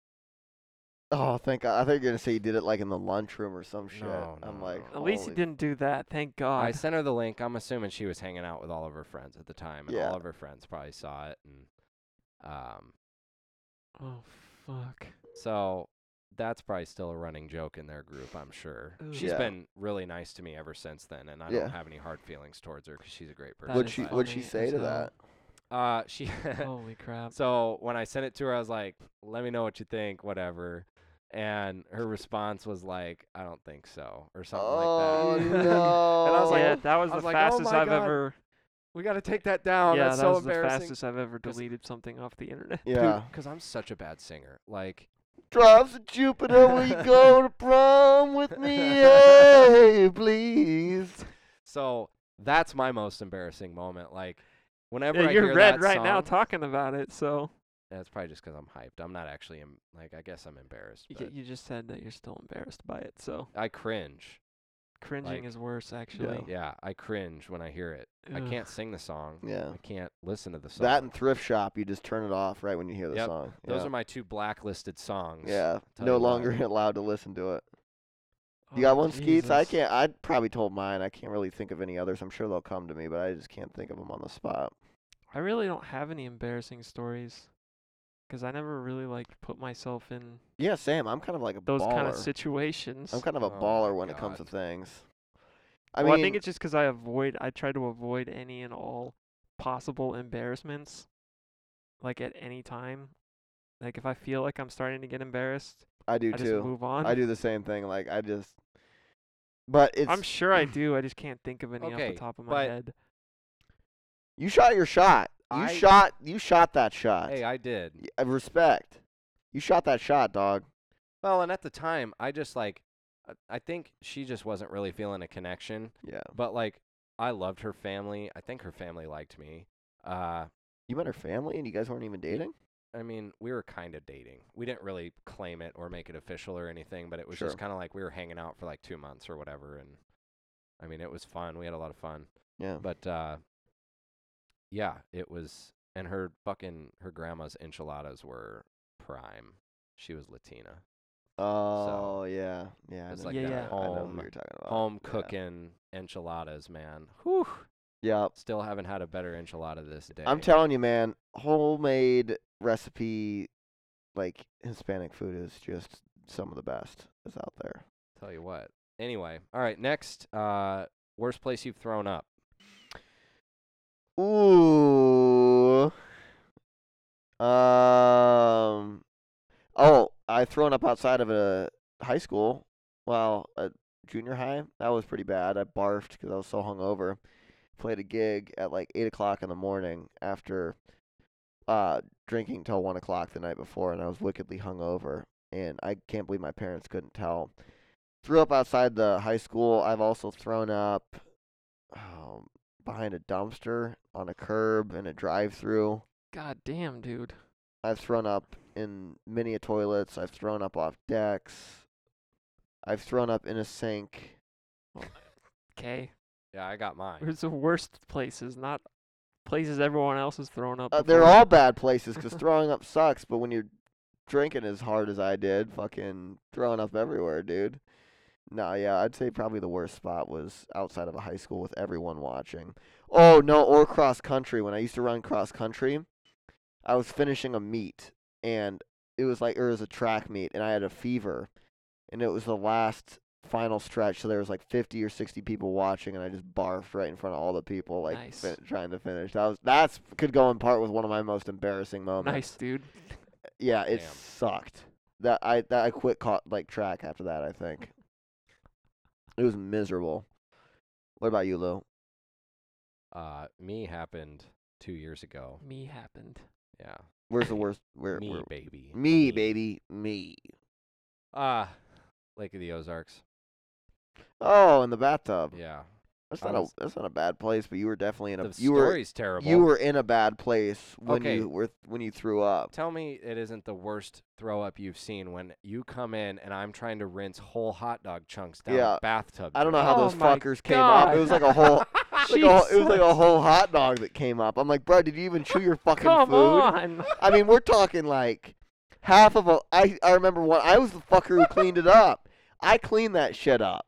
S3: oh, thank God. I thought you were gonna say you did it like in the lunchroom or some shit.
S1: No,
S3: I'm
S1: no,
S3: like,
S1: no.
S2: At least you
S3: holy-
S2: didn't do that. Thank God.
S1: i sent her the link i'm assuming she was hanging out with all of her friends at the time and
S3: Yeah.
S1: all of her friends probably saw it and um
S2: oh fuck.
S1: So that's probably still a running joke in their group, I'm sure.
S2: Ooh.
S1: She's
S3: Yeah.
S1: been really nice to me ever since then, and I
S3: Yeah.
S1: don't have any hard feelings towards her 'cause she's a great person.
S2: That
S3: What'd
S2: is Oh,
S3: she
S1: but-
S3: What'd she
S2: funny
S3: say
S2: as
S3: to
S2: hell.
S3: that?
S1: Uh, she.
S2: Holy crap.
S1: so when I sent it to her, I was like, "Let me know what you think, whatever." And her response was like, "I don't think so," or something
S3: oh
S1: like that.
S3: no.
S2: And
S1: I was like,
S2: yeah, that was
S1: I
S2: the
S1: was like, oh
S2: fastest
S1: my
S2: I've
S1: God,
S2: ever.
S1: We got to take that down.
S2: yeah,
S1: that's
S2: that
S1: so
S2: was the
S1: embarrassing.
S2: fastest I've ever
S1: 'Cause-
S2: deleted something off the internet.
S3: yeah.
S1: because I'm such a bad singer. Like,
S3: Drops of Jupiter, will you go to prom with me? Hey, please.
S1: so that's my most embarrassing moment. Like, whenever
S2: Yeah,
S1: I
S2: you're
S1: hear
S2: red
S1: that
S2: right now
S1: song-
S2: talking about it, so
S1: That's probably just 'cause I'm hyped. I'm not actually em- like I guess I'm embarrassed.
S2: Y-
S1: But
S2: you just said that you're still embarrassed by it. So
S1: I cringe.
S2: Cringing
S1: Like-
S2: is worse, actually.
S3: Oh.
S1: Yeah, I cringe when I hear it. I
S2: Ugh.
S1: can't sing the song.
S3: Yeah.
S1: I can't listen to the song.
S3: That and thrift shop, you just turn it off right when you hear the
S1: Yep,
S3: song.
S1: Those
S3: yeah.
S1: are my two blacklisted songs.
S3: Yeah,
S1: tell
S3: no
S1: you what.
S3: longer allowed to listen to it. You
S2: Oh,
S3: got one, Skeets? I
S2: Jesus.
S3: can't. I probably told mine. I can't really think of any others. I'm sure they'll come to me, but I just can't think of them on the spot.
S2: I really don't have any embarrassing stories, because I never really like put myself in
S3: Yeah, Sam, I'm kind of like a
S2: those
S3: baller.
S2: kind of situations.
S3: I'm kind of a
S1: Oh my
S3: baller when it comes to
S1: God.
S3: things. I
S2: I
S3: mean,
S2: well, I think it's just because I avoid. I try to avoid any and all possible embarrassments, like at any time. Like if I feel like I'm starting to get embarrassed,
S3: I do
S2: I just
S3: too.
S2: move on.
S3: I do the same thing. Like I just, but it's
S2: I'm sure I do. I just can't think of any off
S1: Okay,
S2: the top of my
S1: but-
S2: head.
S3: you shot your shot. You
S1: I-
S3: shot. You shot that shot.
S1: Hey, I did.
S3: Y- uh, respect. You shot that shot, dog.
S1: Well, and at the time, I just like, I- I think she just wasn't really feeling a connection.
S3: Yeah.
S1: But like, I loved her family. I think her family liked me. Uh,
S3: You met her family, and you guys weren't even dating.
S1: I mean, we were kind of dating. We didn't really claim it or make it official or anything, but it was
S3: Sure.
S1: just kind of like we were hanging out for like two months or whatever. And I mean, it was fun. We had a lot of fun.
S3: Yeah.
S1: But uh, yeah, it was. And her fucking her grandma's enchiladas were prime. She was Latina,
S3: Oh yeah, yeah. I
S1: it's
S3: know-
S1: like
S2: Yeah,
S1: that
S2: yeah.
S3: I know who
S1: home-
S3: you're talking about.
S1: home
S3: Oh, Yeah.
S1: cooking enchiladas, man. Whew.
S3: Yeah,
S1: Still haven't had a better enchilada this day.
S3: I'm telling you, man. Homemade recipe, like Hispanic food, is just some of the best that's out there.
S1: Tell you what. Anyway, all right. Next, uh, worst place you've thrown up.
S3: Ooh. Um. Oh, I thrown up outside of a high school. Well, a junior high. That was pretty bad. I barfed because I was so hungover. Played a gig at like eight o'clock in the morning after uh drinking till one o'clock the night before, and I was wickedly hungover. And I can't believe my parents couldn't tell. Threw up outside the high school. I've also thrown up. Oh behind a dumpster, on a curb, in a drive-through.
S2: God damn, dude.
S3: I've thrown up in many a toilets. I've thrown up off decks. I've thrown up in a sink.
S2: Okay,
S1: Yeah, I got mine.
S2: where's the worst places? Not places everyone else has thrown up.
S3: Uh, they're
S2: before.
S3: all bad places 'cause throwing up sucks. But when you're drinking as hard as I did, fucking throwing up everywhere, dude. No, yeah, I'd say probably the worst spot was outside of a high school with everyone watching. Oh no, or cross country. When I used to run cross country, I was finishing a meet, and it was like it was a track meet, and I had a fever, and it was the last final stretch, so there was like 50 or 60 people watching, and I just barfed right in front of all the people, like
S2: Nice.
S3: fin- trying to finish. That was that's could go in part with one of my most embarrassing moments.
S2: nice, dude.
S3: Yeah, it
S1: Damn.
S3: sucked. That I that I quit caught like track after that. I think it was miserable. What about you, Lou?
S1: Uh, me happened two years ago.
S2: Me happened.
S1: Yeah,
S3: Where's the worst? Where?
S1: me
S3: where-
S1: baby.
S3: me, baby, me.
S1: Ah, Lake of the Ozarks.
S3: Oh, in the bathtub.
S1: Yeah,
S3: That's
S1: I
S3: not a
S1: was-
S3: that's not a bad place, but you were definitely in a
S1: the
S3: you were
S1: story's terrible.
S3: you were in a bad place when
S1: Okay.
S3: you were when you threw up.
S1: Tell me it isn't the worst throw up you've seen when you come in and I'm trying to rinse whole hot dog chunks down
S3: Yeah.
S1: a bathtub.
S3: I don't know
S1: drain.
S3: how
S2: Oh
S3: those
S2: my
S3: fuckers came up. It was like a whole it was like a whole- it was like a
S2: Jesus.
S3: whole hot dog that came up. I'm like, bro, did you even chew your fucking
S2: Come
S3: food?
S2: on.
S3: I mean, we're talking like half of a. I I remember one. I was the fucker who cleaned it up. I cleaned that shit up,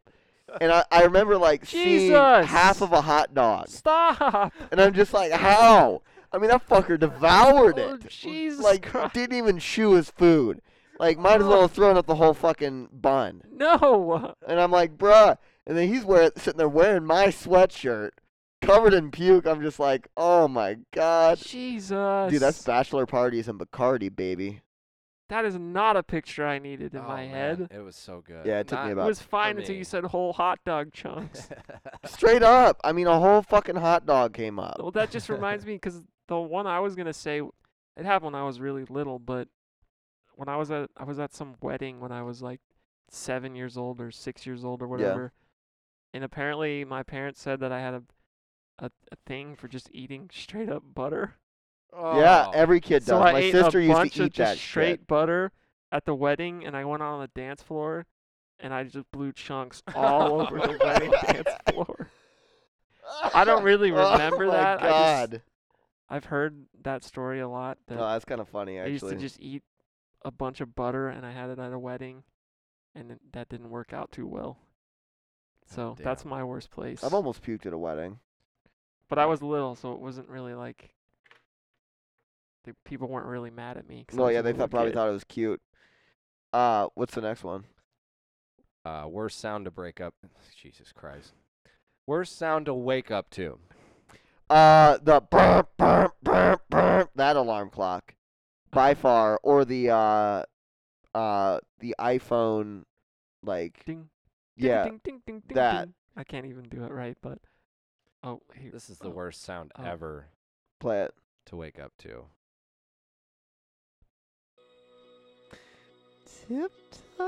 S3: and I I remember like seeing half
S2: Jesus.
S3: of a hot dog,
S2: Stop.
S3: and I'm just like, how? I mean, that fucker devoured
S2: Oh,
S3: it.
S2: Jesus
S3: like
S2: Christ.
S3: didn't even chew his food. Like might as well have thrown up the whole fucking bun.
S2: No.
S3: And I'm like, bruh. And then he's wearing sitting there wearing my sweatshirt, covered in puke. I'm just like, oh my god,
S2: Jesus.
S3: dude, that's bachelor parties and Bacardi, baby.
S2: That is not a picture I needed in
S1: Oh,
S2: my
S1: man,
S2: head.
S1: It was so good.
S3: Yeah, it took me
S2: It
S3: about-
S2: was fine
S1: for
S2: until
S1: me.
S2: you said whole hot dog chunks.
S3: Straight up. I mean, a whole fucking hot dog came up.
S2: well, that just reminds me because the one I was gonna say, it happened when I was really little, but when I was at I was at some wedding when I was like seven years old or six years old or whatever, and apparently my parents said that I had a a, a thing for just eating straight up butter.
S3: Yeah,
S1: Oh,
S3: every kid does.
S2: so I
S3: My
S2: ate
S3: sister
S2: a
S3: used
S2: bunch
S3: to eat
S2: of just
S3: that
S2: straight
S3: shit.
S2: butter at the wedding, and I went out on the dance floor and I just blew chunks all over the wedding dance floor. I don't really remember
S3: oh my
S2: that. I
S3: God.
S2: just, I've heard that story a lot. That
S3: no, that's kind of funny
S2: I used to
S3: actually.
S2: just eat a bunch of butter, and I had it at a wedding, and it- that didn't work out too well. So that's
S1: damn.
S2: my worst place.
S3: I've almost puked at a wedding.
S2: But I was little, so it wasn't really like the people weren't really mad at me. 'cause I
S3: No,
S2: was
S3: yeah,
S2: a
S3: they
S2: little
S3: thought probably
S2: kid.
S3: thought it was cute. Uh, what's the next one?
S1: Uh, worst sound to break up. Jesus Christ. Worst sound to wake up to.
S3: Uh, the burp, burp, burp, burp, that alarm clock, by far, or the uh, uh, the iPhone, like
S2: Ding, ding,
S3: yeah,
S2: ding, ding, ding, ding,
S3: that.
S2: ding. I can't even do it right, but oh, here.
S1: This is the
S2: Oh,
S1: worst sound
S2: oh.
S1: ever
S3: play it.
S1: to wake up to.
S3: Tiptoe.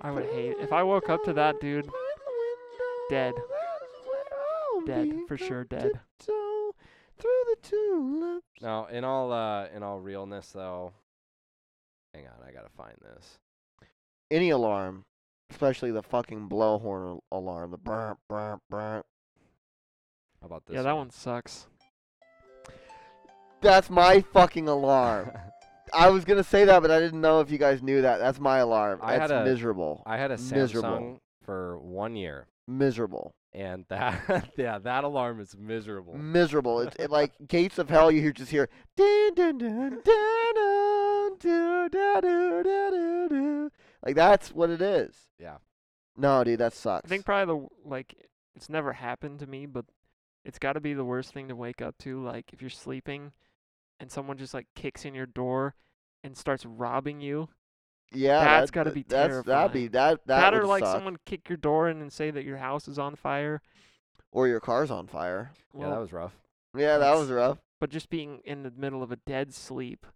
S2: I would hate if I woke up to that, dude. Dead. Dead for sure. Dead.
S3: Tiptoe through the tulips.
S1: Now, in all uh, in all realness, though, hang on, I gotta find this.
S3: Any alarm, especially the fucking blowhorn al- alarm, the burp, burp, burp.
S1: How about this?
S2: Yeah, that one sucks.
S3: That's my fucking alarm. I was gonna say that, but I didn't know if you guys knew that. That's my alarm.
S1: I had
S3: That's
S1: a-
S3: miserable.
S1: I had a Samsung
S3: Miserable.
S1: for one year,
S3: miserable.
S1: and that yeah, that alarm is miserable.
S3: Miserable. It's it, like gates of hell. You hear just hear. Dun, dun, dun, dun, dun, dun, dun, dun, dun, dun. Like that's what it is.
S1: Yeah.
S3: No, dude, that
S2: I
S3: sucks.
S2: think probably the w- like it's never happened to me, but it's got to be the worst thing to wake up to. Like if you're sleeping, and someone just like kicks in your door and starts robbing you.
S3: yeah,
S2: that's
S3: that-
S2: gotta
S3: that-
S2: be
S3: that's, That'd be that. That,
S2: That, or
S3: would
S2: like
S3: suck.
S2: someone kick your door in and say that your house is on fire.
S3: or your car's on fire.
S1: yeah,
S2: Well,
S1: that was rough.
S3: Yeah, that
S2: That's-
S3: was rough.
S2: but just being in the middle of a dead sleep,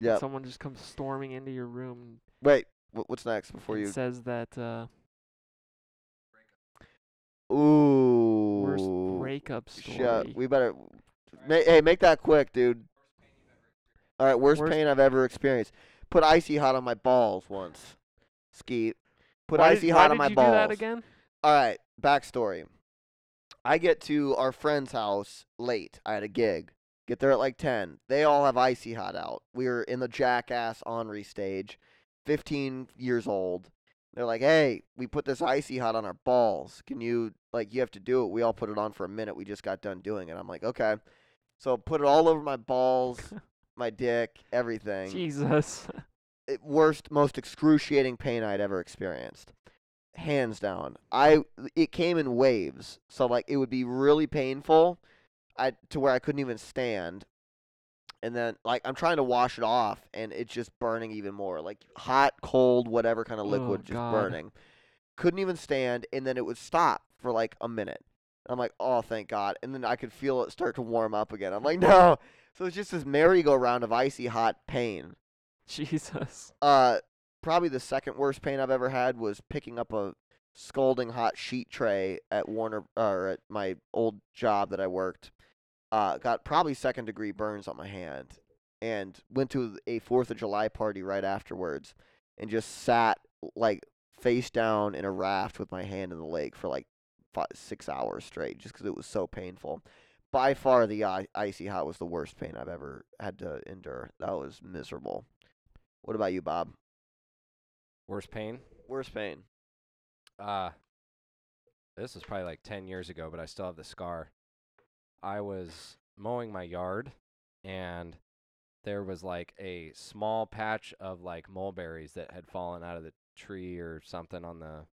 S2: and
S3: Yeah.
S2: someone just comes storming into your room
S3: Wait, wh- what's next before
S2: and
S3: you?
S2: says that uh,
S3: Ooh.
S2: worst breakup story.
S3: Shut. We better. Ma- hey, make that quick, dude. All right, worst,
S2: Worst-
S3: pain I've ever experienced. Put icy hot on my balls once. Skeet. Put
S2: Why did-
S3: icy
S2: why
S3: hot on
S2: did
S3: my
S2: you
S3: balls.
S2: do that again?
S3: All right, backstory. I get to our friend's house late. I had a gig. Get there at like 10. They all have Icy Hot out. We were in the Jackass Henri stage, 15 years old. They're like, hey, we put this Icy Hot on our balls. Can you, like, you have to do it. We all put it on for a minute. We just got done doing it. I'm like, okay. So put it all over my balls, my dick, everything
S2: Jesus.
S3: it- worst, most excruciating pain I'd ever experienced, hands down. I it came in waves, so like it would be really painful, I to where I couldn't even stand, and then like I'm trying to wash it off, and it's just burning even more, like hot, cold, whatever kind of
S2: Oh,
S3: liquid, just
S2: God.
S3: burning. Couldn't even stand, and then it would stop for like a minute. I'm like, oh, thank God. And then I could feel it start to warm up again. I'm like, no. So it's just this merry-go-round of icy hot pain.
S2: Jesus.
S3: Uh, probably the second worst pain I've ever had was picking up a scalding hot sheet tray at Warner or at my old job that I worked. Uh, got probably second degree burns on my hand, and went to a Fourth of July party right afterwards, and just sat like face down in a raft with my hand in the lake for like five, six hours straight, just 'cause it was so painful. By far, the I- icy hot was the worst pain I've ever had to endure. That was miserable. What about you, Bob?
S1: Worst pain.
S3: Worst pain.
S1: Uh, this was probably like ten years ago, but I still have the scar. I was mowing my yard, and there was like a small patch of like mulberries that had fallen out of the tree or something on the,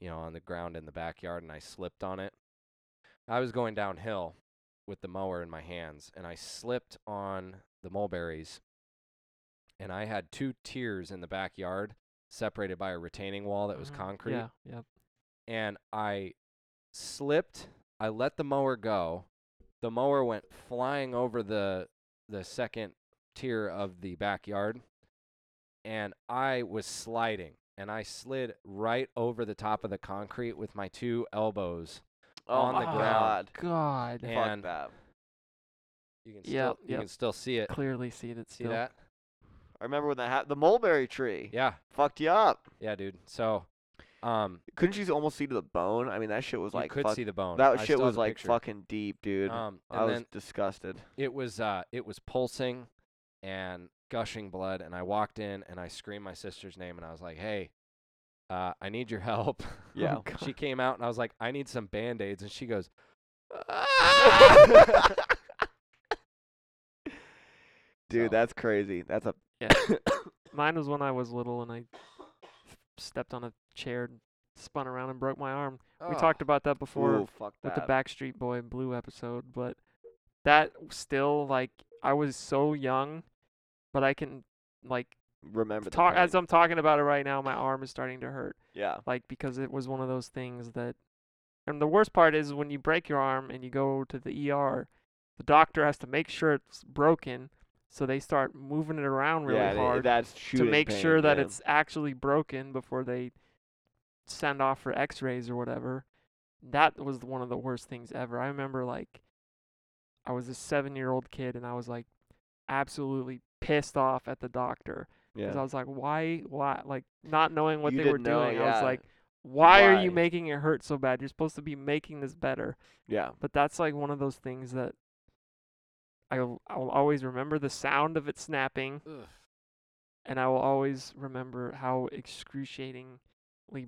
S1: you know, on the ground in the backyard, and I slipped on it. I was going downhill with the mower in my hands, and I slipped on the mulberries, and I had two tiers in the backyard separated by a retaining wall that was
S2: Mhm.
S1: concrete
S2: Yeah, yeah.
S1: and I slipped. I let the mower go. The mower went flying over the the second tier of the backyard, and I was sliding. And I slid right over the top of the concrete with my two elbows. On the
S3: Oh my
S1: ground.
S2: God.
S1: Yeah.
S3: Fuck
S1: And-
S3: that.
S1: You can
S2: Yep,
S1: still you
S2: yep.
S1: can still see it.
S2: Clearly see that
S1: See
S2: still.
S1: that?
S3: I remember when that happened. The mulberry tree
S1: Yeah,
S3: fucked you up.
S1: yeah, dude. So, um,
S3: Couldn't you almost see to the bone? I mean, that shit was
S1: you
S3: like
S1: could
S3: fuck-
S1: see the bone. I
S3: that shit
S1: still have
S3: was
S1: the
S3: like
S1: picture.
S3: fucking deep, dude.
S1: Um, and
S3: I was
S1: then
S3: disgusted.
S1: it was uh, it was pulsing and gushing blood, and I walked in and I screamed my sister's name, and I was like, "Hey, uh, I need your help."
S3: Yeah.
S1: she came out, and I was like, "I need some band aids," and she goes,
S2: Oh,
S3: Dude,
S1: So-
S3: that's crazy. That's a
S2: Mine was when I was little and I stepped on a chair and spun around and broke my arm. We
S1: "Oh,
S2: talked about that before
S3: ooh, fuck
S2: with
S3: that.
S2: the Backstreet Boy Blue episode, but that still like I was so young, but I can like
S3: Remember the
S2: talk
S3: pain.
S2: as I'm talking about it right now. My arm is starting to hurt,
S3: yeah.
S2: like because it was one of those things that. And the worst part is when you break your arm and you go to the ER, the doctor has to make sure it's broken, so they start moving it around really
S3: yeah, they-
S2: hard
S3: that's
S2: to
S3: shooting
S2: make
S3: pain,
S2: sure that
S3: yeah.
S2: it's actually broken before they send off for x-rays or whatever that was one of the worst things ever i remember like i was a seven year old kid and i was like absolutely pissed off at the doctor because i
S3: yeah.
S2: was like why why like not knowing what
S3: You
S2: they were
S3: didn't know,
S2: doing i was
S3: yeah.
S2: like why, are you
S3: Why?
S2: making it hurt so bad you're supposed to be making this better
S3: yeah.
S2: but that's like one of those things that i'll, I'll always remember the sound of it snapping
S1: ugh."
S2: and I will always remember how excruciatingly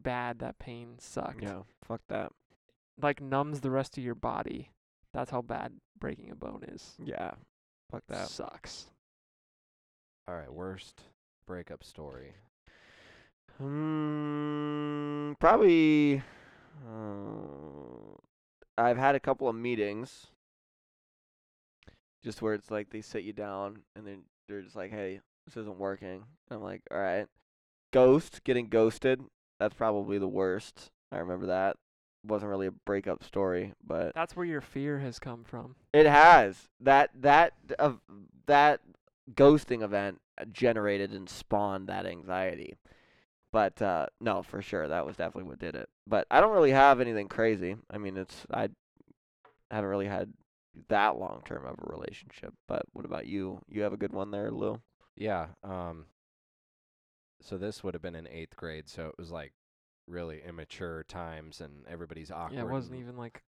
S2: bad that pain sucked.
S3: Yeah. Fuck that.
S2: Like numbs the rest of your body. That's how bad breaking a bone is.
S3: Yeah. Fuck that.
S2: Sucks.
S1: All right, worst breakup story.
S3: Hmm. Probably. Uh, I've had a couple of meetings. Just where it's like they sit you down and then they're just like, "Hey, this isn't working." I'm like, "All right." Ghost getting ghosted. That's probably the worst. I remember that. Wasn't really a breakup story, but
S2: That's where your fear has come from.
S3: it has that that of that ghosting event uh, generated and spawned that anxiety. But uh, no, for sure that was definitely what did it. But I don't really have anything crazy. I mean, it's I haven't really had that long term of a relationship. But what about you? You have a good one there, Lou.
S1: Yeah. Um. So this would have been in eighth grade, so it was like really immature times, and everybody's awkward.
S2: Yeah, it wasn't
S1: and-
S2: even like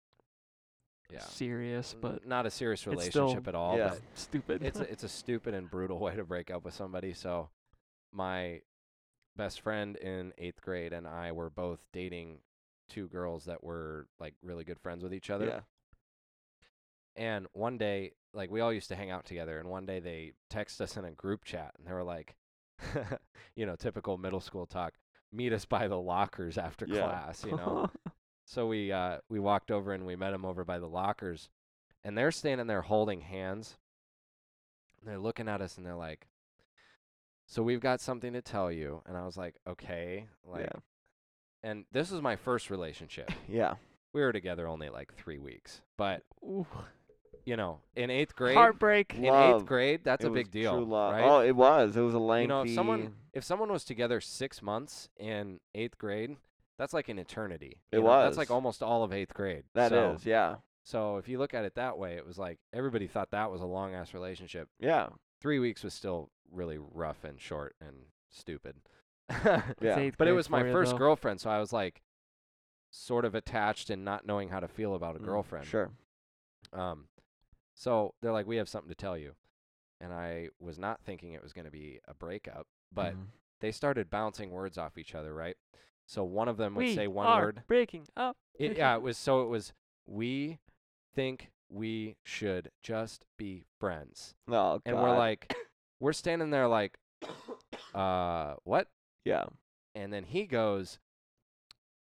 S1: Yeah.
S2: serious, but
S1: not a serious
S2: it's
S1: relationship
S2: still-
S1: at all.
S3: Yeah.
S1: but
S2: stupid.
S1: it's a, it's a stupid and brutal way to break up with somebody. So, my best friend in eighth grade and I were both dating two girls that were like really good friends with each other. And one day, like we all used to hang out together, and one day they text us in a group chat, and they were like, you know, typical middle school talk. Meet us by the lockers after
S3: Yeah.
S1: class, you know. So we uh, we walked over and we met them over by the lockers, and they're standing there holding hands. And they're looking at us and they're like, "So we've got something to tell you." And I was like, "Okay." Like, and this was my first relationship.
S3: yeah. Yeah.
S1: we were together only like three weeks, but
S2: Ooh,
S1: you know, in eighth grade,
S2: heartbreak.
S1: in
S3: Love.
S1: eighth grade, that's
S3: It
S1: a
S3: was
S1: big deal,
S3: True love.
S1: right?
S3: Oh, it was. It was a lengthy.
S1: you know, if someone if someone was together six months in eighth grade, that's like an eternity.
S3: It
S1: you know? That's
S3: was.
S1: like almost all of eighth grade.
S3: That
S1: so,
S3: is, yeah,
S1: So if you look at it that way, it was like everybody thought that was a long ass relationship.
S3: yeah,
S1: Three weeks was still really rough and short and stupid.
S2: It's
S3: yeah.
S2: eighth
S1: but it
S2: grade
S1: was my
S2: for ya,
S1: first
S2: though.
S1: girlfriend, so I was like sort of attached and not knowing how to feel about a
S3: Mm,
S1: girlfriend.
S3: Sure.
S1: Um, so they're like, "We have something to tell you," and I was not thinking it was going to be a breakup, but
S2: Mm-hmm.
S3: Mhm.
S1: they started bouncing words off each other, right? So one of them would
S2: we
S1: say one
S2: are
S1: word.
S2: breaking up.
S1: It, yeah, it was so it was we think we should just be friends.
S3: Oh,
S1: And we're
S3: God.
S1: like we're standing there like uh what?
S3: yeah,
S1: And then he goes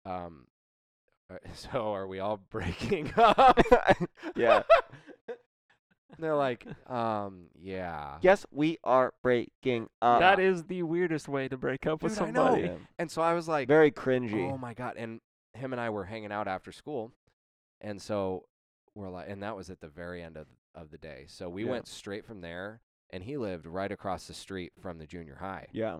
S1: um "Uh, so are we all breaking up?
S3: yeah.
S1: And they're like um yeah.
S3: Yes, we are breaking up.
S2: that is the weirdest way to break up with
S1: Dude, I know.
S2: somebody.
S3: Yeah.
S1: And so I was like
S3: very cringy.
S1: Oh my god! And him and I were hanging out after school, and so we're like, and that was at the very end of of the day. So we
S3: Yeah.
S1: went straight from there, and he lived right across the street from the junior high.
S3: yeah,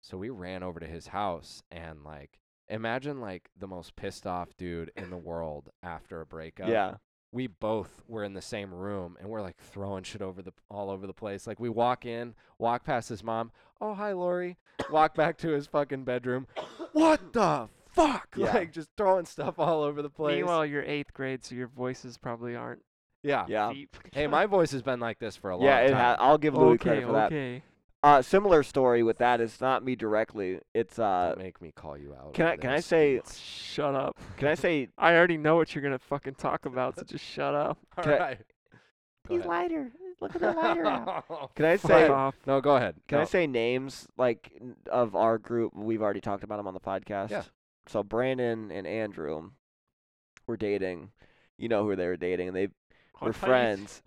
S1: So we ran over to his house and like. Imagine like the most pissed off dude in the world after a breakup.
S3: yeah.
S1: we both were in the same room and we're like throwing shit over the all over the place. Like we walk in, walk past his mom. Oh hi Lori. Walk back to his fucking bedroom. What the fuck?
S3: Yeah.
S1: Like just throwing stuff all over the place.
S2: Meanwhile, you're eighth grade, so your voices probably aren't
S1: yeah.
S3: Yeah.
S2: deep.
S1: Hey, my voice has been like this for a long
S3: Yeah, it
S1: time.
S3: ha- I'll give Louis
S2: okay,
S3: credit for that.
S2: okay.
S3: Uh, similar story with that. It's not me directly. It's uh,
S1: Don't make me call you out.
S3: can
S1: over
S3: I can I
S1: this.
S3: say
S2: Shut up.
S3: can I say
S2: I already know what you're gonna fucking talk about, so just shut up.
S1: All
S3: can I-
S1: right. Go ahead.
S3: lighter. Look
S1: Oh,
S3: Can I
S2: Fuck
S3: say
S2: off.
S1: no, go ahead.
S3: can I
S1: No.
S3: say names like n- of our group? We've already talked about them on the podcast.
S1: Yeah.
S3: So Brandon and Andrew were dating. You know who they were dating. They
S2: I
S3: were
S2: thought you s-
S3: friends.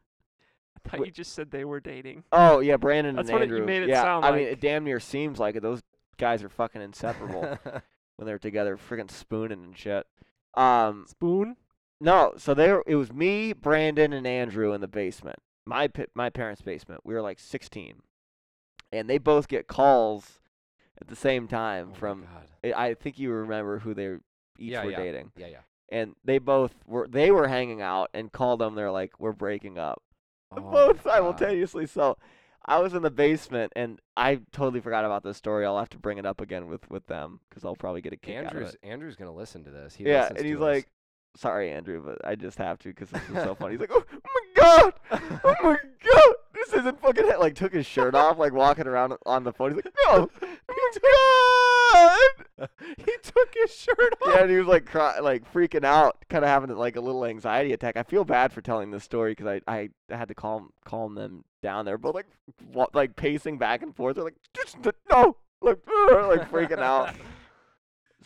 S2: I thought
S3: Wi-
S2: you just said they were dating.
S3: Oh yeah, Brandon
S2: That's
S3: and
S2: what it- you
S3: Andrew.
S2: made it
S3: yeah,
S2: sound
S3: I mean,
S2: like.
S3: it damn near seems like it. Those guys are fucking inseparable
S1: Oh
S3: when they're together, freaking spooning and shit. Um,
S2: Spoon?
S3: No, so there it was me, Brandon, and Andrew in the basement. My pa- my parents' basement. We were like 16, and they both get calls at the same
S1: Oh
S3: time
S1: my
S3: from.
S1: God.
S3: I I think you remember who they each
S1: Yeah,
S3: were
S1: yeah.
S3: dating,
S1: Yeah, yeah.
S3: and they both were they were hanging out and called them. They're like, "We're breaking up."
S1: Oh my
S3: both
S1: God.
S3: simultaneously. So I was in the basement, and I totally forgot about this story. I'll have to bring it up again with with them because I'll probably get a kick out of it
S1: Andrew's Andrew's gonna listen to this. He
S3: yeah,
S1: listens
S3: and he's
S1: to us.
S3: like, "Sorry, Andrew, but I just have to because this is so funny." He's like, "Oh my god, oh my god, this isn't fucking hit." Like, took his shirt off, like walking around on the phone. He's like, "No, oh my god."
S1: he took his shirt off.
S3: Yeah, and he was like, cry, like freaking out, kind of having like a little anxiety attack. I feel bad for telling this story because I, I had to calm calm them down. They're both like wa- like pacing back and forth. They're like, "Just no, like, like freaking out.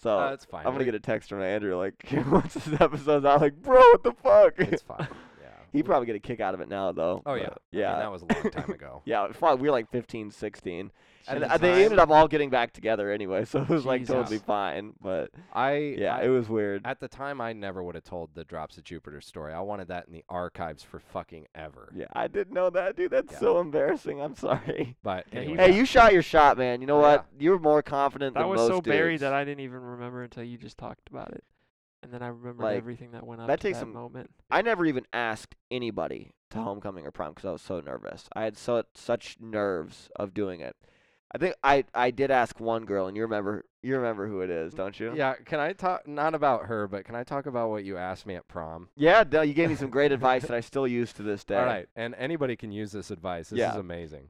S3: So
S1: Uh, it's fine.
S3: I'm gonna
S1: We-
S3: get a text from Andrew like once this episode's out, like, bro, what the fuck?
S1: It's fine. Yeah.
S3: He'd probably get a kick out of it now though.
S1: Oh
S3: but
S1: yeah. I mean,
S3: yeah,
S1: that was a long time ago.
S3: yeah. it probably- we were like 15, 16,
S1: At
S3: and
S1: the
S3: uh,
S1: time-
S3: they ended up all getting back together anyway, so it was like
S2: Jesus.
S3: totally fine. But
S1: I
S3: yeah,
S1: I-
S3: it was weird.
S1: at the time I never would have told the Drops of Jupiter story. I wanted that in the archives for fucking ever.
S3: yeah, I didn't know that, dude. That's
S1: Yeah.
S3: so embarrassing. I'm sorry.
S1: But
S2: Yeah, he
S1: anyway,
S2: was-
S3: Hey, you shot your shot, man. You know
S1: Oh, Yeah.
S3: what? You were more confident
S2: That
S3: than
S2: was
S3: most
S2: so buried
S3: dudes.
S2: that I didn't even remember until you just talked about it. And then I remembered
S3: Like,
S2: everything that went up
S3: that
S2: to
S3: takes
S2: that
S3: some-
S2: moment.
S3: I never even asked anybody to homecoming or prom because I was so nervous. I had so, such nerves of doing it. I think I, I did ask one girl, and you remember you remember who it is, don't you?
S1: yeah. Can I talk not about her, but can I talk about what you asked me at prom?
S3: Yeah, duh, you gave me some great advice that I still use to this day.
S1: All right, and anybody can use this advice. This is
S3: Yeah.
S1: amazing.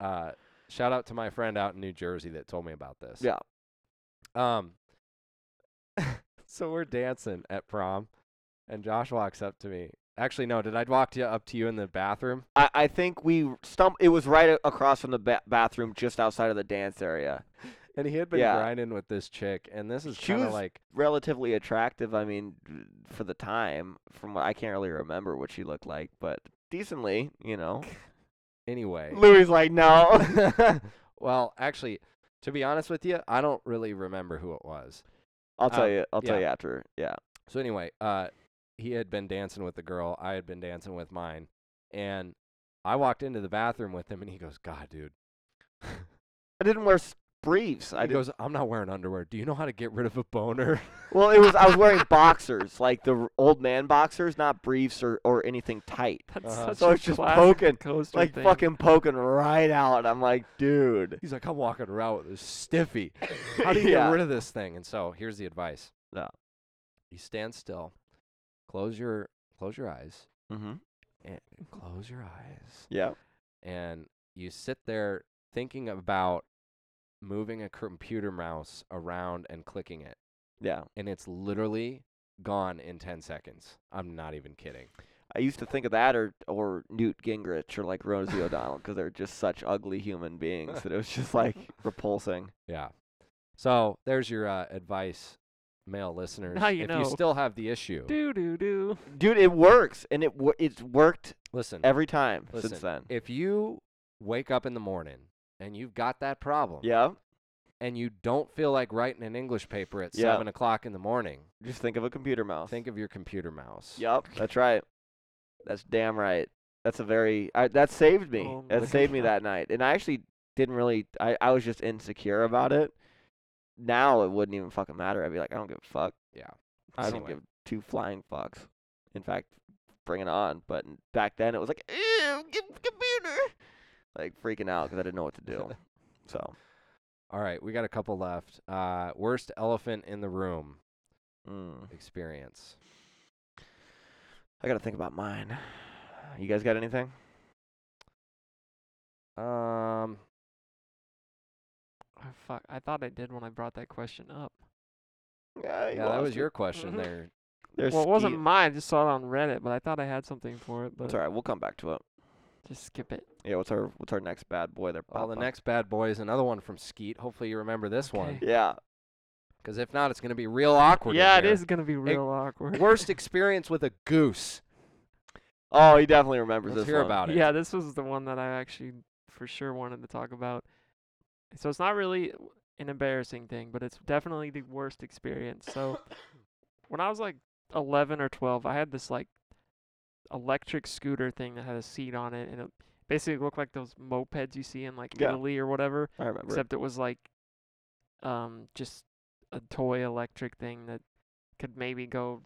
S1: Uh, shout out to my friend out in New Jersey that told me about this.
S3: Yeah.
S1: Um. so we're dancing at prom, and Josh walks up to me. Actually, no. Did I walk to up to you in the bathroom?
S3: I, I think we stump. It was right a- across from the ba- bathroom, just outside of the dance area.
S1: And he had been
S3: Yeah.
S1: grinding with this chick, and this is
S3: She
S1: kind of
S3: was-
S1: like
S3: Relatively attractive, I mean, for the time. From what I can't really remember what she looked like, but decently, you know.
S1: anyway.
S3: Louis like no.
S1: well, actually, to be honest with you, I don't really remember who it was.
S3: I'll tell
S1: Um,
S3: you. I'll
S1: yeah.
S3: tell you after. Yeah.
S1: So anyway, uh, he had been dancing with the girl. I had been dancing with mine, and I walked into the bathroom with him, and he goes, "God, dude."
S3: I didn't wear s- briefs. I
S1: he
S3: did.
S1: goes, "I'm not wearing underwear. Do you know how to get rid of a boner?"
S3: well, it was I was wearing boxers, like the r- old man boxers, not briefs or, or anything tight.
S2: That's
S1: Uh-huh.
S2: such
S3: So
S2: a
S3: it's just
S2: classic
S3: poking,
S2: coaster
S3: Like
S2: thing.
S3: fucking poking right out. I'm like, dude.
S1: He's like, "I'm walking around with this stiffy. How do you
S3: Yeah.
S1: get rid of this thing?" And so here's the advice:
S3: Yeah.
S1: you stand still, close your close your eyes,
S3: Mm-hmm.
S1: and close your eyes,
S3: Yeah.
S1: and you sit there thinking about moving a computer mouse around and clicking it.
S3: Yeah.
S1: and it's literally gone in 10 seconds. I'm not even kidding.
S3: I used to think of that or or Newt Gingrich or like Rosie O'Donnell because they're just such ugly human beings that it was just like repulsing.
S1: Yeah. So there's your uh, advice, male listeners.
S2: Now you
S1: if
S2: know.
S1: you still have the issue,
S2: doo doo doo.
S3: Dude, it works and it wor- it's worked
S1: listen,
S3: every time
S1: Listen,
S3: since then.
S1: if you wake up in the morning and you've got that problem
S3: yeah.
S1: and you don't feel like writing an English paper at
S3: Yeah.
S1: 7 o'clock in the morning,
S3: Just think of a computer mouse.
S1: think of your computer mouse.
S3: Yep, that's right. That's damn right. That's a very I, that saved me.
S2: Oh my
S3: that saved me
S2: God.
S3: that night, and I actually didn't really. I, I was just insecure about it. Now it wouldn't even fucking matter. I'd be like, I don't give a fuck.
S1: Yeah.
S3: I
S1: Anyway.
S3: don't give two flying fucks. In fact, bring it on. But n- back then it was like, ew, get computer, like freaking out because I didn't know what to do. so,
S1: All right, we got a couple left. Uh, worst elephant in the room
S3: mm,
S1: experience.
S3: I gotta think about mine. You guys got anything?
S1: Um,
S2: Oh, fuck, I thought I did when I brought that question up.
S3: Yeah,
S1: yeah, that was your question
S2: Mhm.
S1: there.
S3: There's
S2: well, it wasn't mine. I just saw it on Reddit, but I thought I had something for it. But
S3: That's all right. We'll come back to it.
S2: just skip it.
S3: Yeah, what's our what's our next bad boy
S2: Oh,
S3: there?
S1: Well, the
S3: Papa?
S1: next bad boy is another one from Skeet. Hopefully you remember this one,
S2: Okay.
S3: Yeah.
S1: because if not, it's going to be real awkward. in
S2: yeah, it
S1: here.
S2: is gonna be real awkward.
S1: Worst experience with a goose.
S3: Oh, he definitely remembers
S1: Let's
S3: this
S1: hear
S3: one.
S1: about it.
S2: Yeah, this was the one that I actually for sure wanted to talk about. So it's not really an embarrassing thing, but it's definitely the worst experience. So when I was like 11 or 12, I had this like electric scooter thing that had a seat on it, and it basically looked like those mopeds you see in like
S3: Yeah.
S2: Italy or whatever,
S3: I remember.
S2: except it was like um just a toy electric thing that could maybe go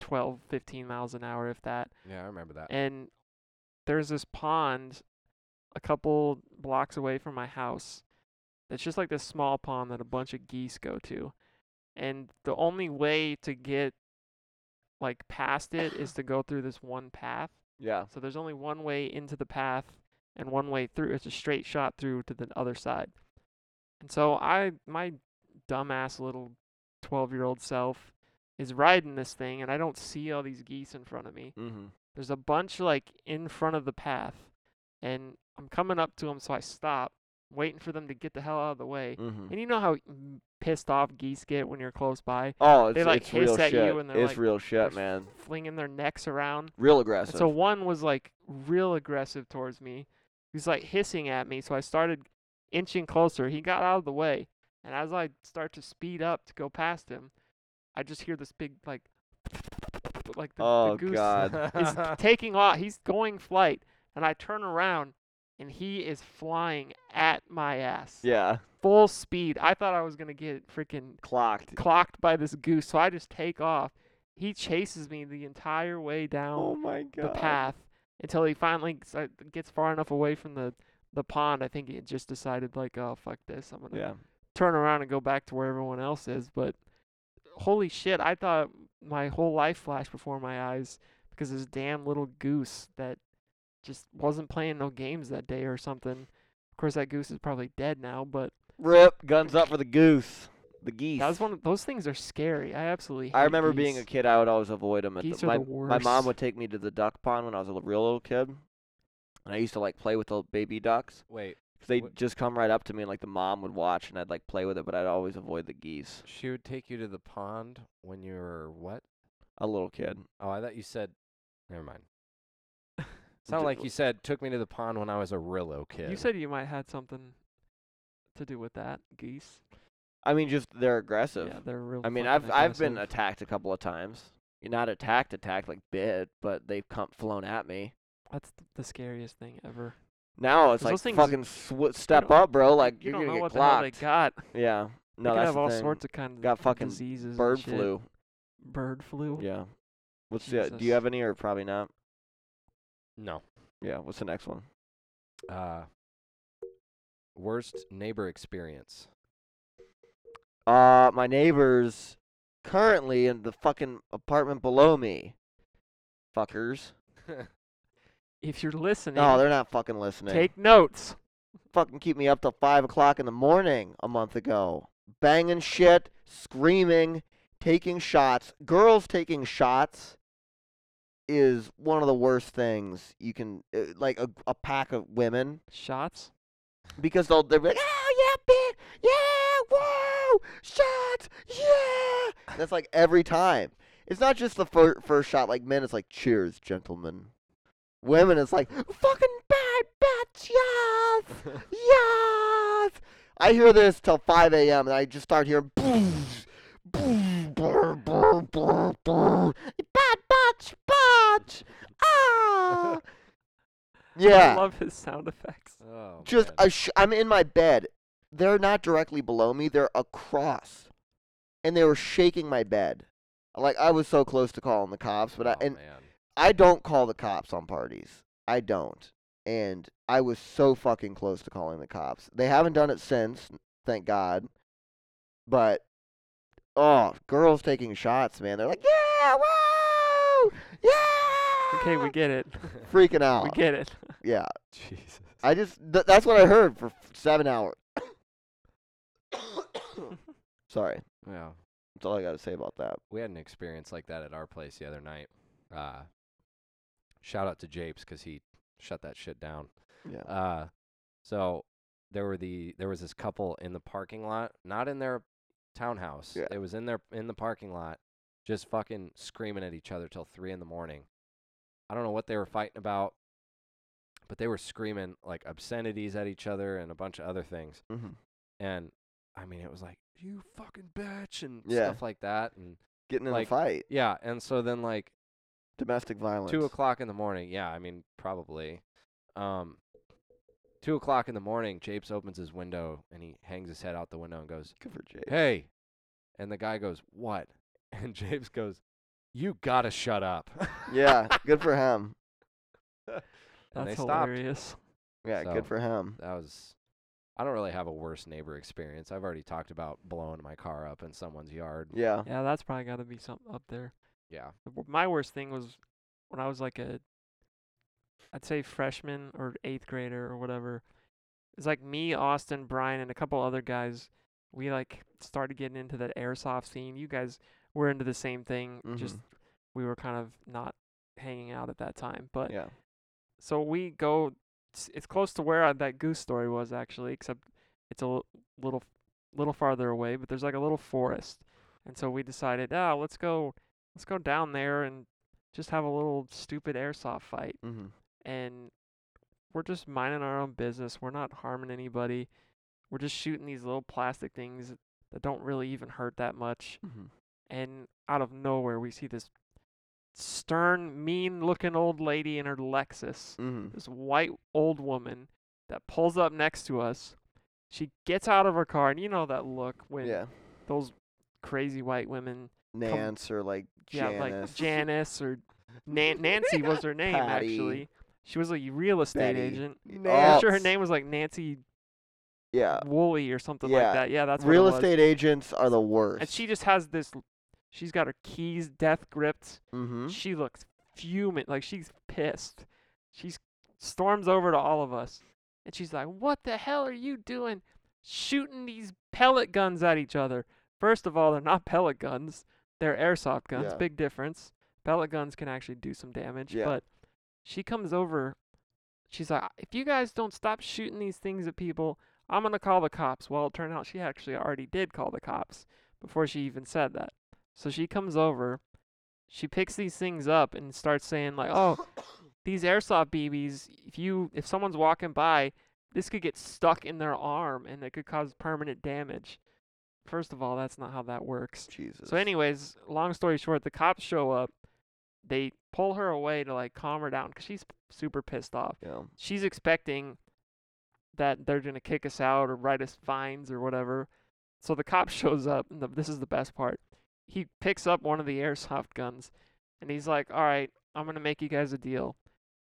S2: 12, 15 miles an hour if that
S1: Yeah, I remember that.
S2: and there's this pond a couple blocks away from my house that's just like this small pond that a bunch of geese go to and the only way to get like past it is to go through this one path
S3: yeah.
S2: so there's only one way into the path and one way through. It's a straight shot through to the other side. And so I, my dumbass little 12 year old self, is riding this thing, and I don't see all these geese in front of me.
S3: Mm-hmm.
S2: There's a bunch like in front of the path, and I'm coming up to them, so I stop, waiting for them to get the hell out of the way.
S3: Mm-hmm.
S2: And you know how mm, pissed off geese get when you're close by,
S3: Oh, it's,
S2: They, like,
S3: it's
S2: hiss
S3: real
S2: at you
S3: shit.
S2: and they're
S3: it's
S2: like-
S3: real shit,
S2: f-
S3: man.
S2: flinging their necks around.
S3: Real
S2: And
S3: aggressive.
S2: so one was like real aggressive towards me. He was like hissing at me, so I started inching closer. He got out of the way, and as I start to speed up to go past him, I just hear this big like like the,
S3: oh
S2: the goose
S3: god.
S2: Uh, is taking off. He's going flight, and I turn around, and he is flying at my ass,
S3: Yeah.
S2: full speed. I thought I was gonna get freaking
S3: Clocked.
S2: clocked by this goose, so I just take off. He chases me the entire way down
S3: Oh my god.
S2: the path until he finally s- uh, gets far enough away from the the pond. I think he just decided like, oh fuck this, I'm gonna
S3: Yeah.
S2: turn around and go back to where everyone else is. But holy shit, I thought my whole life flashed before my eyes because this damn little goose that just wasn't playing no games that day or something. Of course, that goose is probably dead now, but
S3: Rip. Guns up for the goose. The geese.
S2: that was one of those things are scary. I absolutely.
S3: I
S2: hate
S3: remember being a
S2: geese.
S3: kid. I would always avoid them. At
S2: Geese
S3: the,
S2: are
S3: my,
S2: the
S3: my mom
S2: worst.
S3: would take me to the duck pond when I was a li- real little kid, and I used to like play with the baby ducks.
S1: Wait,
S3: They
S1: What-
S3: would just come right up to me, and like the mom would watch, and I'd like play with it, but I'd always avoid the geese.
S1: she would take you to the pond when you were what?
S3: A little kid.
S1: Oh, I thought you said. Never mind. Sounded like you said took me to the pond when I was a Rillo kid.
S2: You said you might had something to do with that geese.
S3: I mean, just they're aggressive.
S2: Yeah, they're real.
S3: I mean, I've
S2: fucking
S3: I've been
S2: aggressive.
S3: attacked a couple of times. You're not attacked, attacked like bit, but they've come flown at me.
S2: That's th- the scariest thing ever.
S3: Now it's
S2: 'Cause
S3: like
S2: those things-
S3: fucking sw- step
S2: don't-
S3: up, bro. Like
S2: you
S3: are
S2: don't
S3: gonna
S2: know
S3: get
S2: what
S3: clocked.
S2: the hell they got.
S3: Yeah.
S2: they
S3: No,
S2: could
S3: that's
S2: have
S3: the
S2: all
S3: thing.
S2: sorts of kinds
S3: Got
S2: of
S3: fucking
S2: diseases. and
S3: bird
S2: shit.
S3: flu.
S2: Bird flu.
S3: Yeah. What's the, do you
S2: Jesus.
S3: have any or probably not?
S1: no.
S3: Yeah. What's the next one?
S1: Uh, worst neighbor experience.
S3: Uh, my neighbors currently in the fucking apartment below me. Fuckers.
S2: If you're listening,
S3: No, they're not fucking listening.
S2: take notes.
S3: fucking keep me up till five o'clock in the morning a month ago. Banging shit, screaming, taking shots. Girls taking shots is one of the worst things you can uh, like a, a pack of women
S2: Shots.
S3: because they'll they're like oh yeah bitch yeah whoa shots yeah that's like every time it's not just the fir- first shot like men it's like cheers gentlemen women it's like fucking bad bitch yes Yes! I hear this till 5 a.m. and I just start hearing booze, booze, brr, brr, brr, brr. Bad batch, batch! Ah!
S2: I
S3: Yeah,
S2: love his sound effects.
S1: oh,
S3: just
S1: man.
S3: a sh- I'm in my bed. They're not directly below me, they're across. And they were shaking my bed. Like I was so close to calling the cops, but I
S1: Oh,
S3: and
S1: man.
S4: I don't call the cops on parties. I don't. And I was so fucking close to calling the cops. They haven't done it since, thank God. But oh, girls taking shots, man. They're like, "Yeah, woo! Yeah!"
S2: Okay, we get it.
S4: freaking out.
S2: We get it.
S4: yeah.
S1: Jesus.
S4: I just th- that's what I heard for f- 7 hours. Sorry.
S1: Yeah.
S4: That's all I got to say about that.
S1: we had an experience like that at our place the other night. Uh, shout out to Japes because he shut that shit down.
S4: Yeah.
S1: Uh, so there were the there was this couple in the parking lot, not in their townhouse.
S4: Yeah.
S1: It was in their in the parking lot, just fucking screaming at each other till three in the morning. I don't know what they were fighting about, but they were screaming like obscenities at each other and a bunch of other things.
S4: Mm-hmm.
S1: And I mean, it was like you fucking bitch and
S4: Yeah.
S1: stuff like that. And
S4: Getting in
S1: Like-
S4: a fight.
S1: yeah, and so then like
S4: Domestic violence.
S1: two o'clock in the morning. Yeah, I mean probably. Um, two o'clock in the morning, Japes opens his window and he hangs his head out the window and goes,
S4: Good for Jay.
S1: "Hey," and the guy goes, "What?" And Japes goes, "You gotta shut up."
S4: Yeah, good for him.
S1: and
S2: That's
S1: they stopped.
S2: hilarious.
S4: Yeah,
S1: So-
S4: good for him.
S1: That was. I don't really have a worse neighbor experience. I've already talked about blowing my car up in someone's yard.
S4: Yeah.
S2: Yeah, that's probably got to be something up there.
S1: Yeah.
S2: The w- My worst thing was when I was like a, I'd say freshman or eighth grader or whatever. It's like me, Austin, Brian, and a couple other guys. We like started getting into that airsoft scene. You guys were into the same thing. Just
S4: Mhm.
S2: we were kind of not hanging out at that time, but
S4: Yeah.
S2: so we go. It's, it's close to where uh, that goose story was actually, except it's a l- little little farther away. But there's like a little forest, and so we decided, ah, let's go, let's go down there and just have a little stupid airsoft fight.
S4: Mm-hmm.
S2: And we're just minding our own business. We're not harming anybody. We're just shooting these little plastic things that don't really even hurt that much
S4: Mm-hmm.
S2: and out of nowhere we see this stern, mean-looking old lady in her Lexus.
S4: Mm-hmm.
S2: This white old woman that pulls up next to us. She gets out of her car, and you know that look when
S4: Yeah.
S2: those crazy white women,
S4: Nance or like Janice.
S2: yeah, like Janice or Nan- Nancy was her name
S4: Patty.
S2: actually. She was a real estate
S4: Betty.
S2: agent.
S4: Oh,
S2: I'm sure her name was like Nancy
S4: Yeah.
S2: Woolley or something
S4: Uh, yeah.
S2: like that. Yeah, that's what it
S4: Real
S2: was.
S4: estate agents are the worst.
S2: And she just has this. l- She's got her keys death gripped.
S4: Mm-hmm.
S2: She looks fuming, like she's pissed. She storms over to all of us, and she's like, "What the hell are you doing, shooting these pellet guns at each other?" First of all, they're not pellet guns; they're airsoft guns.
S4: Yeah.
S2: Big difference. Pellet guns can actually do some damage,
S4: Yeah.
S2: but she comes over. She's like, "If you guys don't stop shooting these things at people, I'm gonna call the cops." Well, it turned out she actually already did call the cops before she even said that. So she comes over, she picks these things up and starts saying like, "Oh, these airsoft BBs, if you if someone's walking by, this could get stuck in their arm and it could cause permanent damage." First of all, that's not how that works.
S4: Jesus.
S2: So anyways, long story short, the cops show up. They pull her away to like calm her down cuz she's p- super pissed off.
S4: Yeah.
S2: She's expecting that they're going to kick us out or write us fines or whatever. So the cop shows up, and the, this is the best part. He picks up one of the airsoft guns, and he's like, "All right, I'm gonna make you guys a deal.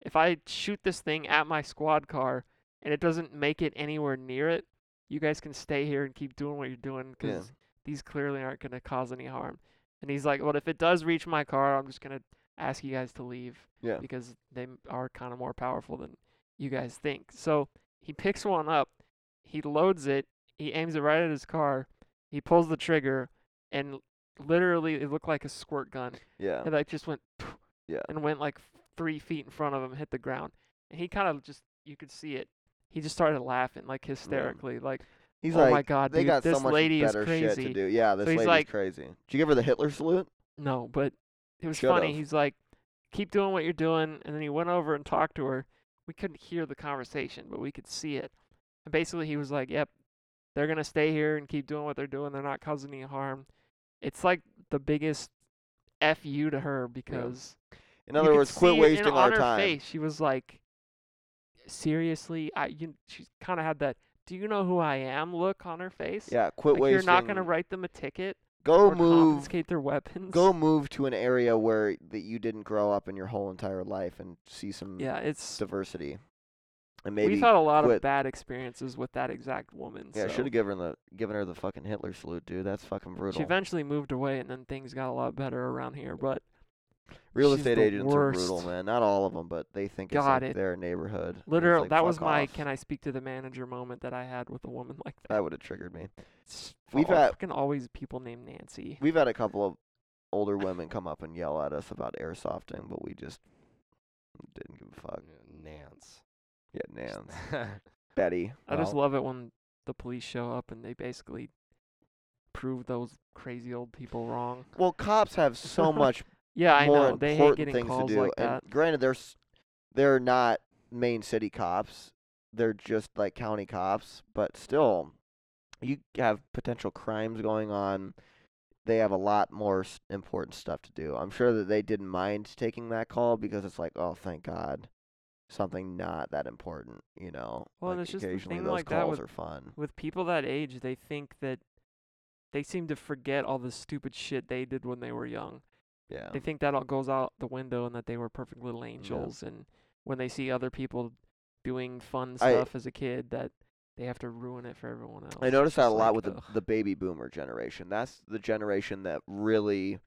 S2: If I shoot this thing at my squad car and it doesn't make it anywhere near it, you guys can stay here and keep doing what you're doing
S4: Yeah.
S2: because these clearly aren't gonna cause any harm." And he's like, "Well, if it does reach my car, I'm just gonna ask you guys to leave
S4: Yeah.
S2: because they m- are kind of more powerful than you guys think." So he picks one up, he loads it, he aims it right at his car, he pulls the trigger, and l- literally it looked like a squirt gun.
S4: Yeah.
S2: It like just went
S4: Yeah.
S2: and went like three feet in front of him, hit the ground. And he kind of just you could see it. He just started laughing like hysterically, like
S4: He's
S2: oh
S4: like,
S2: my god,
S4: they
S2: dude,
S4: got
S2: this
S4: so much
S2: lady is
S4: better shit
S2: crazy.
S4: to do. Yeah, this
S2: he's
S4: lady's
S2: like-
S4: crazy. Did you give her the Hitler salute?
S2: No, but it was
S4: Should've.
S2: funny. He's like, keep doing what you're doing. And then he went over and talked to her. We couldn't hear the conversation, but we could see it. And basically, he was like, yep, they're going to stay here and keep doing what they're doing. They're not causing any harm. It's like the biggest FU to her because.
S4: In
S2: you
S4: other
S2: could
S4: words, quit
S2: see it
S4: wasting
S2: in,
S4: our
S2: on her
S4: time.
S2: Face. She was like, seriously? I, you, she kind of had that, do you know who I am look on her face.
S4: Yeah, quit
S2: Like,
S4: wasting.
S2: you're not going to write them a ticket.
S3: Go
S2: or
S3: move.
S2: confiscate their weapons.
S3: Go move to an area where that you didn't grow up in your whole entire life and see some
S2: Yeah, it's
S3: diversity. And Mm. maybe
S2: we've had a lot
S3: quit.
S2: of bad experiences with that exact woman.
S3: yeah,
S2: so.
S3: should have given the given her the fucking Hitler salute, dude. That's fucking brutal.
S2: She eventually moved away, and then things got a lot better around here. But
S3: Real
S2: she's
S3: estate
S2: the
S3: agents are brutal,
S2: worst.
S3: man. Not all of them, but they think it's
S2: Got
S3: like
S2: it.
S3: their neighborhood. It's
S2: literally,
S3: like,
S2: that was
S3: fuck
S2: my
S3: off.
S2: "Can I speak to the manager?" moment that I had with a woman like that.
S3: That would have triggered me.
S2: It's
S3: We've
S2: al-
S3: had-
S2: fucking always people named Nancy.
S3: We've had a couple of older women come up and yell at us about airsofting, but we just didn't give a fuck.
S1: Nance.
S3: Yeah, Nance, Betty.
S2: I just
S1: well-
S2: love it when the police show up and they basically prove those crazy old people wrong.
S3: Well, cops have so much
S2: Yeah, I
S3: more
S2: know. They hate
S3: important
S2: getting
S3: things
S2: calls
S3: to do.
S2: like
S3: and
S2: that.
S3: granted, they're s- they're not main city cops; they're just like county cops. But still, you have potential crimes going on. They have a lot more s- important stuff to do. I'm sure that they didn't mind taking that call because it's like, oh, thank God, something not that important. You know,
S2: Well, and
S3: like
S2: it's just the
S3: occasionally
S2: thing
S3: those
S2: like that
S3: calls
S2: with-
S3: are fun.
S2: With people that age, they think that they seem to forget all the stupid shit they did when they were young.
S3: Yeah,
S2: They think that all goes out the window and that they were perfect little angels. And when they see other people doing fun
S3: I-
S2: stuff as a kid, that they have to ruin it for everyone else.
S3: I
S2: It's
S3: noticed that a
S2: just
S3: lot
S2: like,
S3: with the,
S2: ugh.
S3: the baby boomer generation. That's the generation that really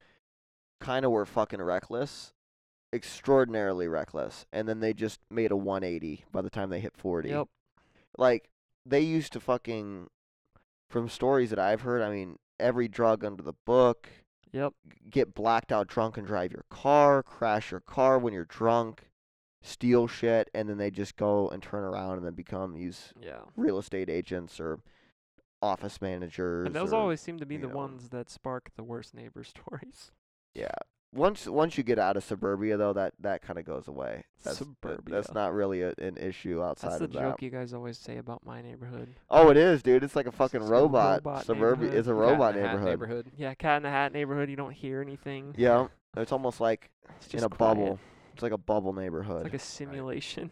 S3: kind of were fucking reckless, extraordinarily reckless, and then they just made a 180 by the time they hit 40.
S2: Yep.
S3: Like they used to fucking from stories that I've heard, I mean, every drug under the book,
S2: Yep.
S3: g- get blacked out drunk and drive your car, crash your car when you're drunk, steal shit, and then they just go and turn around and then become these
S2: Yeah.
S3: real estate agents or office managers.
S2: And those
S3: or-
S2: always seem to be
S3: you
S2: the
S3: know.
S2: ones that spark the worst neighbor stories.
S3: yeah. Once once you get out of suburbia though, that that kind of goes away. That's, that-
S2: Suburbia.
S3: that's not really a, an issue outside
S2: That's the
S3: of that.
S2: joke you guys always say about my neighborhood.
S3: Oh, it is, dude. It's like a fucking
S2: It's a
S3: robot.
S2: robot
S3: suburbia.
S2: neighborhood.
S3: It's a
S2: Cat
S3: robot
S1: neighborhood.
S3: neighborhood.
S2: Yeah, Cat in the Hat neighborhood. You don't hear anything.
S3: Yeah, it's almost like
S2: It's
S3: in
S2: just
S3: a
S2: quiet.
S3: bubble. It's like a bubble neighborhood.
S2: It's like a simulation.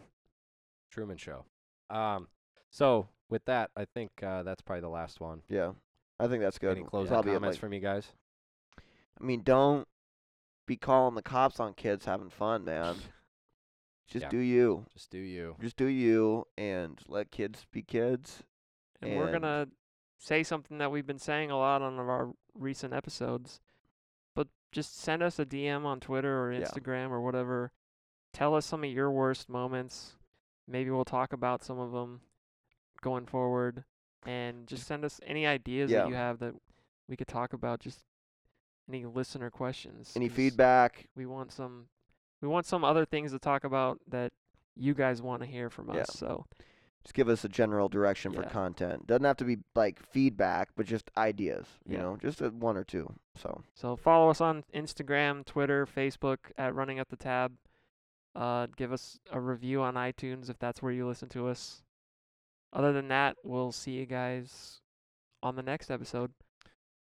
S1: Truman Show. Um, so with that, I think uh, that's probably the last one.
S3: yeah, I think that's good.
S1: Any closing
S3: Probably at,
S1: comments
S3: like-
S1: from you guys?
S3: I mean, don't be calling the cops on kids having fun, man. Just
S1: Yeah.
S3: do you.
S1: Just do you.
S3: Just do you, and let kids be kids.
S2: And, we're
S3: And-
S2: gonna say something that we've been saying a lot on our recent episodes. But just send us a DM on Twitter or
S3: Yeah.
S2: Instagram or whatever. Tell us some of your worst moments. Maybe we'll talk about some of them going forward. And just send us any ideas
S3: Yeah.
S2: that you have that we could talk about. Just any listener questions.
S3: Any
S2: 'cause
S3: feedback?
S2: We want some. We want some other things to talk about that you guys want to hear from
S3: Yeah.
S2: us. So
S3: Just give us a general direction for
S2: Yeah.
S3: content. Doesn't have to be like feedback, but just ideas. You
S2: Yeah.
S3: know, just uh one or two. So
S2: So follow us on Instagram, Twitter, Facebook at Running Up the Tab. Uh, give us a review on iTunes if that's where you listen to us. Other than that, we'll see you guys on the next episode.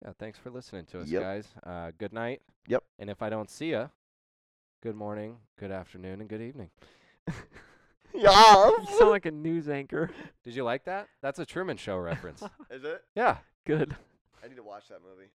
S1: Yeah, thanks for listening to us,
S3: Yep.
S1: guys. Uh, good night.
S3: Yep.
S1: And if I don't see ya, good morning, good afternoon, and good evening.
S3: yeah.
S2: You sound like a news anchor.
S1: Did you like that? That's a Truman Show reference.
S3: Is it?
S1: yeah.
S2: Good.
S3: I need to watch that movie.